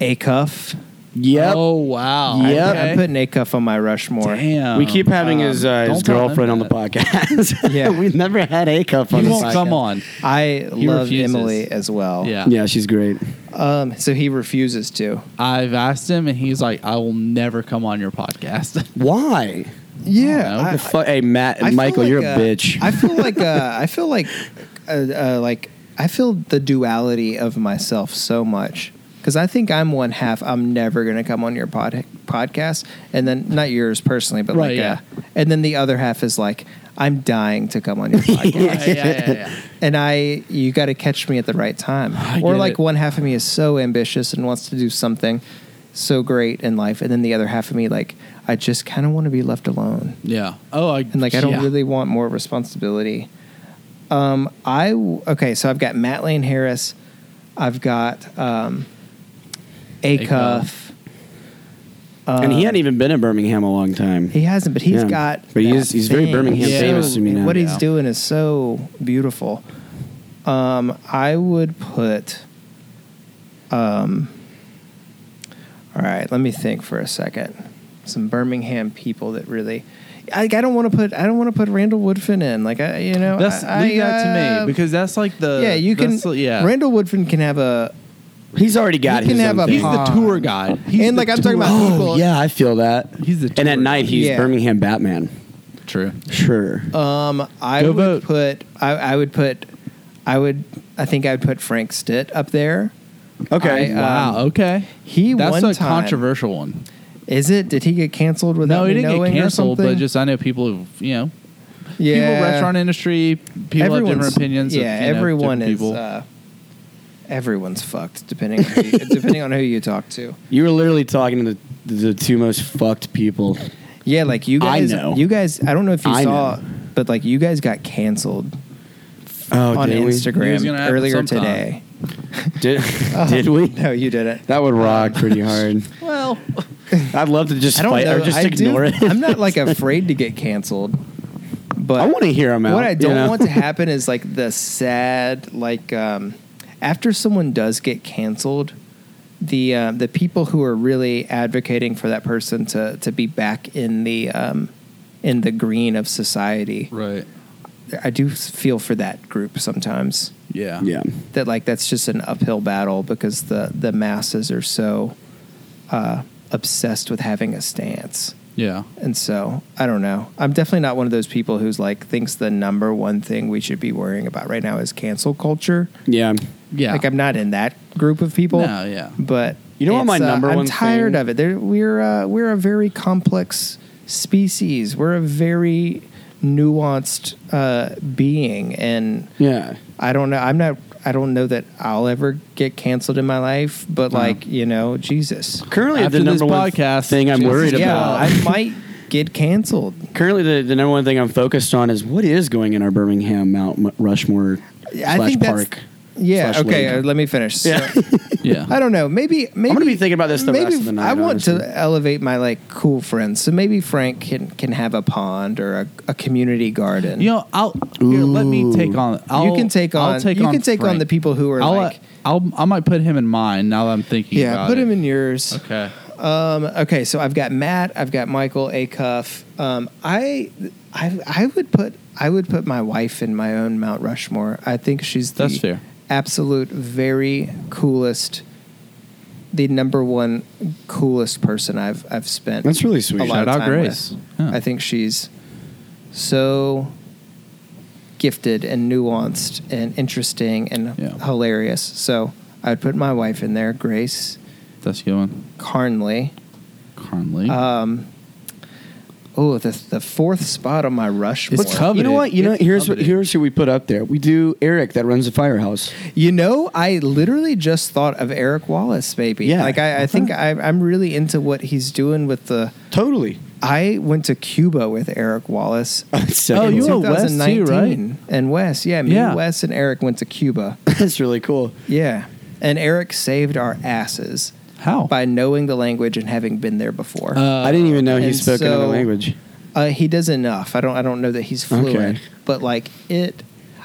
C: Acuff.
B: yep.
A: Oh wow.
B: Yep.
C: I,
A: Okay.
C: I'm putting Acuff on my Rushmore.
A: Damn.
B: we keep having his
A: Um,
B: uh, his
A: don't tell him
B: girlfriend on the
A: that.
B: podcast.
C: Yeah.
B: we've never had a cup on
A: He
B: the
A: won't
B: podcast.
A: come on.
C: I
A: He
C: love
A: refuses.
C: Emily as well.
A: Yeah.
B: Yeah, she's great.
C: Um, so he refuses to.
A: I've asked him, and he's like, "I will never come on your podcast."
B: Why?
A: Yeah,
B: The fu- hey Matt,
C: I feel
B: Michael, you're
C: like,
B: a
C: uh,
B: bitch.
C: I feel like uh, I feel like uh, uh, like I feel the duality of myself so much because I think I'm one half. I'm never going to come on your pod- podcast, and then not yours personally, but
A: Right,
C: like
A: yeah.
C: uh, and then the other half is like I'm dying to come on your podcast,
A: yeah, yeah, yeah.
C: and I you got to catch me at the right time,
A: I
C: or
A: get
C: like
A: it.
C: one half of me is so ambitious and wants to do something so great in life, and then the other half of me like I just kind of want to be left alone
A: yeah. Oh, I
C: and like I don't
A: yeah.
C: really want more responsibility. Um, I w- okay, so I've got Matt Lane Harris, I've got um, Acuff.
A: Acuff.
B: and he hadn't even been in Birmingham a long time.
C: He hasn't, but he's
B: Yeah.
C: got.
B: But he
C: that
B: is- he's very
C: thing.
B: Birmingham
A: Yeah. famous to
B: me now.
C: What he's
A: Yeah.
C: doing is so beautiful. Um, I would put. Um, all right, let me think for a second. Some Birmingham people that really, I, I don't want to put I don't want to put Randall Woodfin in. Like I, you know,
A: That's
C: I,
A: leave that to
C: uh,
A: me because that's like the
C: yeah, you can.
A: that's the- yeah.
C: Randall Woodfin can have a
B: He's already got
C: He
B: his
C: can have
B: own
C: a
B: thing.
A: he's the
C: Pond.
A: tour guide. He's
C: And,
A: the
C: like, I'm talking
A: tour-
C: about-
B: oh,
C: people-
B: yeah, I feel that.
A: He's the
B: and
A: tour
B: at night he's
C: Yeah.
B: Birmingham Batman.
A: True.
B: Sure.
C: Um, I
A: Go
C: would
A: vote.
C: put. I, I would put. I would. I think I'd put Frank Stitt up there.
B: okay.
C: I, uh,
A: Wow. okay.
C: He
A: That's
C: one
A: a
C: time-
A: controversial one.
C: Is it? Did he get canceled without
A: No,
C: me
A: it didn't
C: knowing
A: get
C: or
A: canceled, but
C: something?
A: just I know people who you know
C: yeah,
A: people restaurant industry people have
C: Everyone's-
A: different opinions. of,
C: Yeah,
A: you know,
C: everyone
A: different
C: is.
A: people.
C: Uh, everyone's fucked depending on who you, depending on who you talk to.
B: you were literally talking to the, the two most fucked people.
C: Yeah, like you
B: I
C: guys.
B: know.
C: You guys. I don't know if you
B: I
C: saw,
B: know.
C: but like you guys got canceled
B: Oh,
C: on
B: did
A: It was
C: Instagram
A: gonna happen
C: earlier
A: sometime.
C: today.
B: we? Did, did we?
C: No, you didn't.
B: That would rock pretty hard.
A: well,
B: I'd love to just
C: I don't
B: fight
C: know.
B: or just
C: I do-
B: ignore it.
C: I'm not like afraid to get canceled, but
B: I want to hear him out.
C: What I
B: you
C: don't
B: know?
C: want to happen is like the sad, like um, after someone does get canceled, the uh, the people who are really advocating for that person to to be back in the um, in the green of society,
A: right.
C: I do feel for that group sometimes.
A: Yeah.
B: Yeah.
C: That like that's just an uphill battle because the the masses are so uh, obsessed with having a stance.
A: Yeah.
C: And so I don't know. I'm definitely not one of those people who's like thinks the number one thing we should be worrying about right now is cancel culture.
B: Yeah.
A: Yeah.
C: Like I'm not in that group of people.
A: No, yeah.
C: But
B: You know what my
C: it's, uh,
B: number
C: I'm
B: one
C: tired
B: thing-
C: of it. There, we're uh, we're a very complex species. We're a very nuanced uh, being, and
B: Yeah.
C: I don't know. I'm not. I don't know that I'll ever get canceled in my life. But like you know, Jesus.
B: Currently,
A: After
B: the number
A: this
B: one
A: podcast,
B: thing I'm
A: Jesus,
B: worried
C: yeah,
B: about.
C: I might get canceled.
B: Currently, the, the number one thing I'm focused on is what is going in our Birmingham Mount Rushmore slash park.
C: Yeah.
B: slash
C: okay.
B: lake.
C: uh, Let me finish.
B: Yeah.
C: So,
A: yeah.
C: I don't know. Maybe. Maybe.
B: I'm gonna be thinking about this the
C: maybe
B: rest of the night.
C: I want
B: honestly.
C: to elevate my like cool friends. So maybe Frank can can have a pond or a, a community garden.
A: You know, I'll here, let me
B: Ooh.
A: take on. I'll,
C: you can take on.
A: I'll take
C: you
A: on
C: can take on
A: Frank.
C: the people who are
A: I'll, uh,
C: like.
A: I'll, I might put him in mine now that I'm thinking.
C: yeah.
A: about
C: Put
A: it.
C: him in yours.
A: Okay.
C: Um, okay, so I've got Matt, I've got Michael Acuff. Um, I, I, I would put I would put my wife in my own Mount Rushmore. I think she's the
A: That's fair.
C: absolute very coolest, the number one coolest person I've I've spent.
B: That's really sweet.
C: A lot
A: Shout
C: of
A: out
C: time
A: Grace.
C: with.
A: Yeah.
C: I think she's so gifted and nuanced and interesting and
A: Yeah.
C: hilarious. So I would put my wife in there, Grace
A: That's a good one.
C: Carnley.
A: Conley.
C: Um, oh, the the fourth spot on my Rushmore.
A: It's covered.
B: You know what? You know
A: It's
B: here's what,
A: coveted.
B: here's who we put up there. We do Eric that runs the firehouse.
C: You know, I literally just thought of Eric Wallace, maybe.
B: Yeah.
C: Like
A: Uh-huh.
C: I, I think I, I'm really into what he's doing with the.
B: Totally.
C: I went to Cuba with Eric Wallace.
B: so
A: Oh,
C: in
A: you were Wes too, right?
C: 2019. And Wes, yeah, me,
A: Yeah.
C: Wes, and Eric went to Cuba.
B: that's really cool.
C: yeah, and Eric saved our asses
A: How?
C: by knowing the language and having been there before.
A: Oh,
B: I didn't even know he
C: and
B: spoke another
C: so-
B: language.
C: Uh, he does enough. I don't. I don't know that he's fluent,
B: Okay.
C: but like it,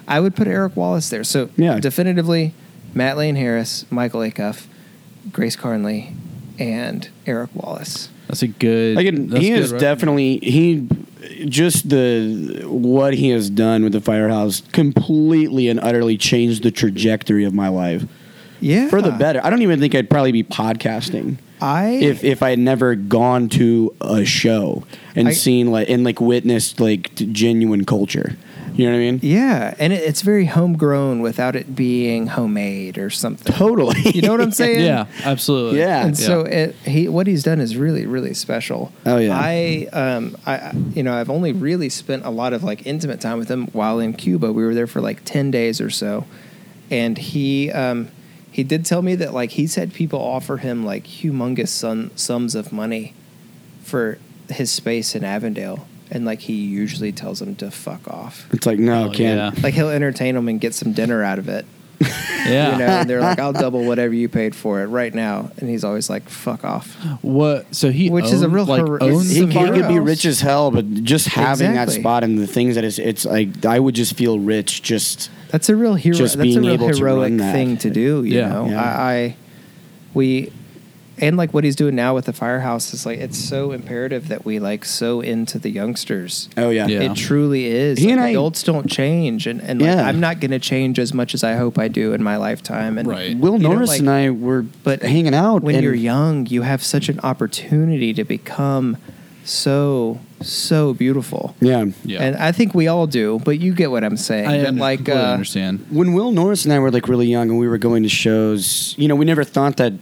C: I would put Eric Wallace there. So
B: Yeah.
C: definitively, Matt Lane Harris, Michael Acuff, Grace Carnley, and Eric Wallace.
A: that's a good.
B: Like it,
A: that's
B: he
A: good
B: is
A: rep-
B: definitely he just the what he has done with the firehouse completely and utterly changed the trajectory of my life
C: Yeah,
B: for the better. I don't even think I'd probably be podcasting
C: I
B: if if I had never gone to a show and
C: I-
B: seen like and like witnessed like t- genuine culture. You know what I mean?
C: yeah, and it, it's very homegrown without it being homemade or something.
B: Totally.
C: You know what I'm saying?
A: Yeah, absolutely.
B: Yeah.
C: and so it, he what he's done is really really special.
B: Oh, yeah.
C: I um I- I you know I've only really spent a lot of like intimate time with him while in Cuba. We were there for like ten days or so, and he um he did tell me that like he's had people offer him like humongous sum, sums of money for his space in Avondale, and like he usually tells them to fuck off.
B: It's like no,
A: Hell
B: can't.
C: Like he'll entertain them and get some dinner out of it.
A: yeah.
C: You know, and they're like, "I'll double whatever you paid for it right now," and he's always like, "Fuck off."
A: What? So he,
C: Which is a
A: owned,
C: real
A: like
C: horror-
A: owns
B: He,
A: the
B: he could be
C: firehouse.
B: rich as hell, but just having that
C: Exactly.
B: spot and the things that is, it's like I would just feel rich just
C: That's a real hero.
B: Just
C: that's a
B: being
C: real
B: able to
C: heroic
B: run that.
C: thing to do. You
A: Yeah.
C: know,
B: Yeah.
C: I, I we and like what he's doing now with the firehouse is like it's so imperative that we like so into the youngsters.
B: Oh yeah.
A: Yeah.
C: It truly is.
B: He and I-
C: Like, adults don't change, and, and like,
B: Yeah.
C: I'm not going to change as much as I hope I do in my lifetime. And
A: Right.
B: Will
C: You know,
B: Norris
C: like,
B: and I were
C: but
B: hanging out
C: when
B: and-
C: you're young, you have such an opportunity to become so so beautiful.
B: Yeah.
A: Yeah.
C: And I think we all do, but you get what I'm saying.
A: I
C: that,
A: under-
C: like
A: completely
C: uh,
A: understand.
B: When Will Norris and I were like really young and we were going to shows, you know, we never thought that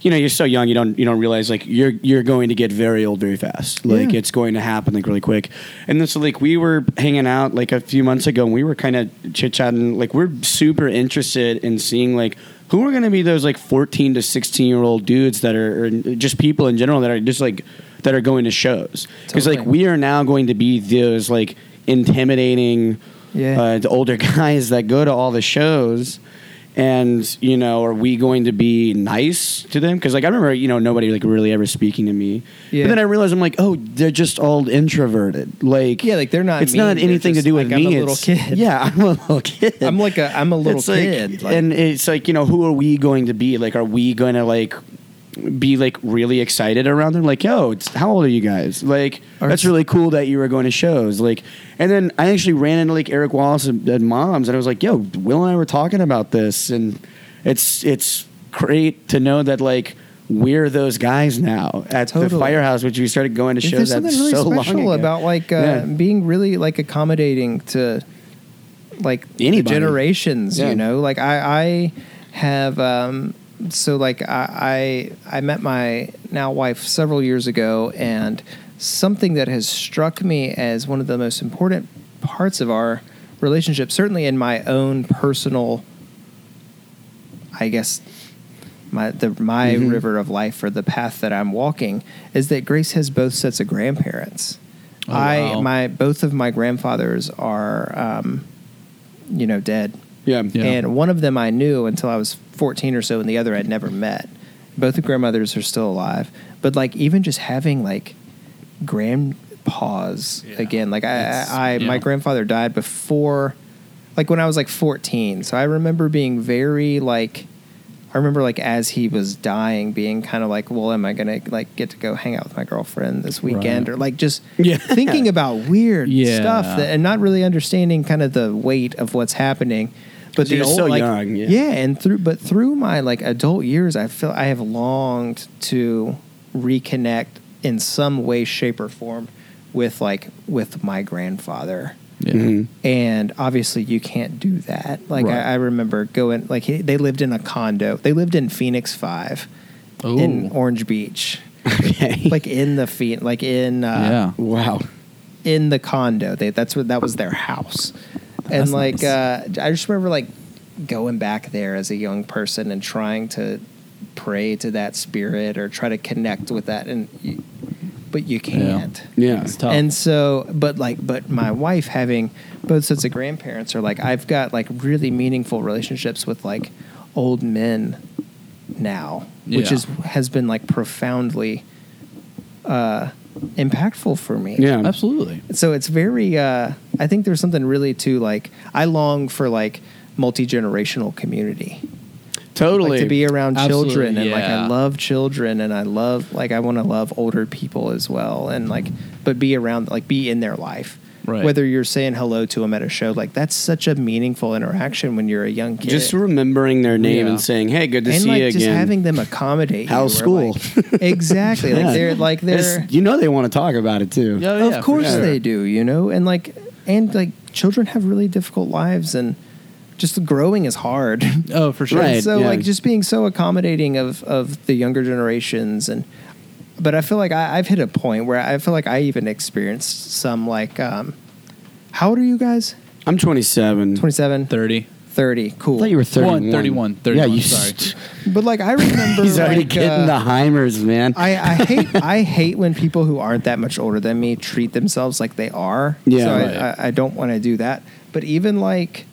B: you know, you're so young you don't you don't realize like you're you're going to get very old very fast. Like
C: Yeah.
B: it's going to happen like really quick. And then so like we were hanging out like a few months ago and we were kind of chit-chatting like we're super interested in seeing like who are going to be those like 14 to 16 year old dudes that are or just people in general that are just like that are going to shows because like
C: Totally.
B: we are now going to be those like intimidating
C: Yeah.
B: uh, the older guys that go to all the shows and you know are we going to be nice to them because like i remember you know nobody like really ever speaking to me
C: Yeah.
B: but then i realized i'm like oh they're just all introverted like
C: Yeah, like, they're not
B: it's
C: mean,
B: not
C: they're
B: anything
C: just
B: to do with
C: like, I'm
B: me
C: a little
B: it's-
C: kid.
B: yeah i'm a little kid
C: I'm like a I'm a little
B: It's like-
C: kid. like-
B: and it's like you know who are we going to be like are we going to like be like really excited around them like yo it's how old are you guys like
C: Or
B: that's
C: it's-
B: really cool that you were going to shows like and then i actually ran into like eric wallace and, and moms and i was like yo will and i were talking about this and it's it's great to know that like we're those guys now at the
C: Totally.
B: firehouse which we started going to
C: If
B: shows
C: there's
B: that's
C: something really
B: so long
C: special
B: ago.
C: about like uh,
B: Yeah.
C: being really like accommodating to like the
B: Anybody.
C: generations
B: Yeah.
C: you know like i i have um so like I, I i met my now wife several years ago and something that has struck me as one of the most important parts of our relationship certainly in my own personal I guess my the my
A: Mm-hmm.
C: river of life or the path that I'm walking is that Grace has both sets of grandparents.
A: Oh,
C: I
A: wow.
C: my both of my grandfathers are um, you know dead,
B: yeah
A: Yeah.
C: and one of them I knew until I was 14 or so, and the other I'd never met. Both the grandmothers are still alive, but like even just having like grandpas
A: Yeah.
C: again, like I,
A: It's-
C: I, I my
A: yeah.
C: grandfather died before, like when I was like 14. So I remember being very like, I remember like as he was dying, being kind of like, well, am I gonna like get to go hang out with my girlfriend this weekend
A: Right.
C: or like just
B: Yeah.
C: thinking about weird
A: Yeah.
C: stuff that, and not really understanding kind of the weight of what's happening. But
B: 'Cause you're so
C: like,
B: young, yeah.
C: and through but through my like adult years, I feel I have longed to reconnect in some way, shape, or form with like with my grandfather
A: Yeah.
B: Mhm.
C: and obviously you can't do that like
A: Right.
C: I, I remember going like he, they lived in a condo they lived in phoenix 5 in
A: Ooh.
C: orange beach
B: okay
C: like in the phoenix like in uh,
B: wow
C: in the condo they that's what that was their house and
A: That's
C: like
A: nice.
C: uh, i just remember like going back there as a young person and trying to pray to that spirit or try to connect with that and you, but you can't
B: yeah
A: It's tough.
C: and so, but like, but my wife having both sets of grandparents are like, I've got like really meaningful relationships with like old men now, which
A: Yeah.
C: is has been like profoundly uh, impactful for me.
B: yeah
A: Absolutely.
C: So it's very. Uh, I think there's something really to like. I long for like multi generational community.
B: totally
C: Like to be around
A: Absolutely,
C: children and like I
A: yeah.
C: love children and I love like I want to love older people as well and like but be around like be in their life.
A: Right.
C: Whether you're saying hello to them at a show, like that's such a meaningful interaction when you're a young kid.
B: Just remembering their name
A: Yeah.
B: and saying, "Hey, good to
C: and
B: see
C: like
B: you
C: just
B: again."
C: having them accommodate
B: How's
C: you, or,
B: school?
C: like- exactly.
B: Yeah.
C: Like they're like
B: It's-
C: they're
B: you know, they want to talk about it too.
A: Yeah.
C: of course
A: for sure.
C: they do, you know, and like and like children have really difficult lives and just growing is hard.
A: Oh, for sure.
B: Right.
C: And so
B: yeah.
C: like just being so accommodating of of the younger generations and but I feel like I, I've hit a point where I feel like I even experienced some like um how old are you guys?
B: I'm 27.
C: 27,
A: 30.
C: 30.
B: I
C: Cool.
B: thought you were 31.
A: One, 31,
B: yeah,
A: 31,
B: you
A: sorry.
B: st-
C: but like I remember
B: he's already
C: like,
B: getting
C: uh,
B: the Heimers, man.
C: I, I hate I hate when people who aren't that much older than me treat themselves like they are.
B: Yeah,
C: so
B: right.
C: I, I, I don't want to do that. But even like,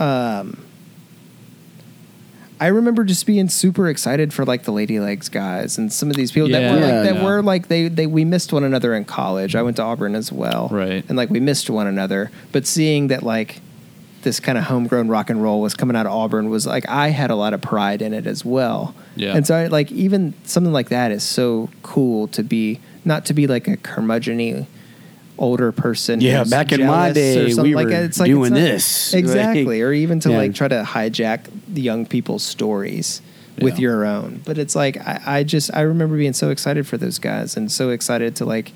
C: um, I remember just being super excited for like the Lady Legs guys and some of these people that were
B: Yeah.
C: like that
A: Yeah.
C: were like they they we missed one another in college. I went to Auburn as well,
A: Right.
C: And like we missed one another, but seeing that like this kind of homegrown rock and roll was coming out of Auburn was like I had a lot of pride in it as well.
A: Yeah.
C: And so I like even something like that is so cool to be not to be like a curmudgeon older person.
B: Yeah,
C: who's
B: back in my
C: jealous or
B: day,
C: something
B: we
C: like
B: were
C: that. It's like
B: doing
C: it's not-
B: this. Like-
C: exactly, or even to
B: Yeah.
C: like try to hijack the young people's stories with
A: Yeah.
C: your own. But it's like I, I just I remember being so excited for those guys and so excited to like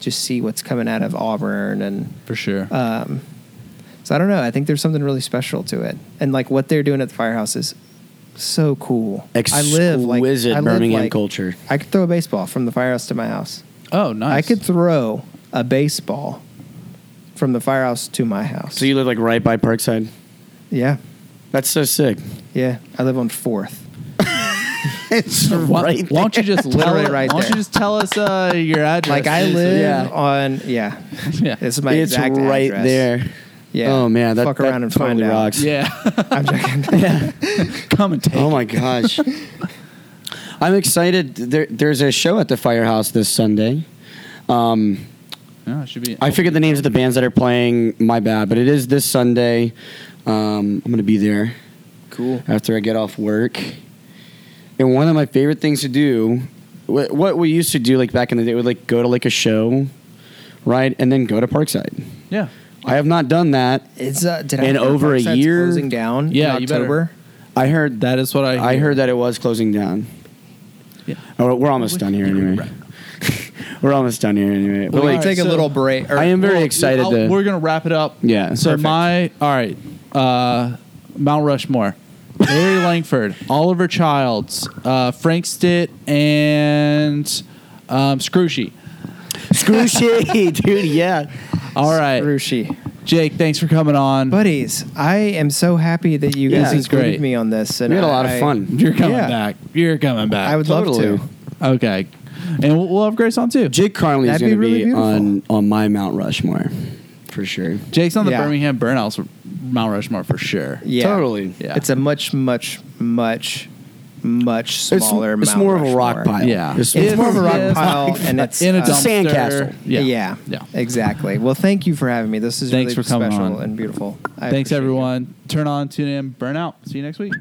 C: just see what's coming out of Auburn and
A: for sure.
C: um, so I don't know. I think there's something really special to it, and like what they're doing at the firehouse is so cool. I live like
B: Exquisite
C: I live,
B: Birmingham
C: like-
B: culture.
C: I could throw a baseball from the firehouse to my house.
A: oh, nice.
C: I could throw a baseball from the firehouse to my house.
B: So you live like right by Parkside.
C: yeah,
B: That's so sick.
C: yeah. I live on Fourth.
B: it's
A: why, why don't you just tell,
C: Literally right
A: why don't
C: there.
A: you just tell us uh, your address?
C: Like I
A: Just-
C: live
B: Yeah.
C: on yeah.
A: Yeah.
C: This is my
B: it's
C: exact
B: right
C: address.
B: there.
C: Yeah.
B: Oh man, that,
C: fuck
B: that
C: around and
B: totally
C: find out.
B: rocks.
A: Yeah.
C: I'm joking.
A: Come and take.
B: Oh
A: it.
B: my gosh. I'm excited. There, there's a show at the Firehouse this Sunday. Um,
A: Yeah, it should be.
B: I forget the names of the bands that are playing. My bad, but it is this Sunday. Um, I'm going to be there
A: Cool.
B: after I get off work. And one of my favorite things to do, wh- what we used to do like back in the day, would like go to like a show, right, and then go to Parkside.
A: Yeah.
B: I have not done that.
C: It's uh, did I
B: And
C: hear
B: over a
C: Parkside's
B: year-
C: closing down.
A: Yeah,
C: in
A: you better-
C: October.
B: I heard
A: That is what I.
B: I heard that it was closing down.
A: Yeah.
B: Oh, we're almost done here anyway. we're almost done here anyway. But
C: we
A: Well,
B: like,
C: can take
A: so-
C: a little break. or-
B: I am very
A: Well,
B: excited
A: I'll-
B: to.
A: We're gonna wrap it up.
B: Yeah.
A: So
B: Perfect.
A: my all right, uh, Mount Rushmore, Barry Langford, Oliver Childs, uh, Frank Stitt, and um, Scrushy.
B: Screw shit, dude. Yeah.
A: All right,
C: Rushi.
A: Jake, thanks for coming on.
C: Buddies, I am so happy that you
B: Yeah.
C: guys
B: This is
C: included
A: great.
C: me on this. And
B: We had a lot of
C: I-
B: fun.
A: You're coming
C: Yeah.
A: back. You're coming back.
C: I would
B: Totally.
C: love to.
A: okay, and we'll, we'll have Grace on too.
B: Jake Carnley is
C: That'd
B: going to
C: be really
B: be,
C: beautiful.
B: on on my Mount Rushmore, for sure.
A: Jake's on the
C: Yeah.
A: Birmingham Burnouts Mount Rushmore for sure.
C: Yeah.
B: Totally.
A: Yeah.
C: It's a much, much, much, much
B: It's-
C: smaller
B: it's
C: Mount
B: more of a rock
C: Rushmore.
B: pile.
A: Yeah.
B: It's,
C: It's
B: it's
C: more of a rock
A: Yes.
C: pile, and it's
A: In a
C: uh,
A: dumpster.
B: sandcastle.
A: Yeah.
C: yeah,
A: Yeah.
C: exactly. Well, thank you for having me. This is
A: Thanks
C: really
A: for coming
C: special
A: on.
C: and beautiful. I
A: Thanks
C: appreciate it.
A: everyone. Turn on, tune in, burn out. See you next week.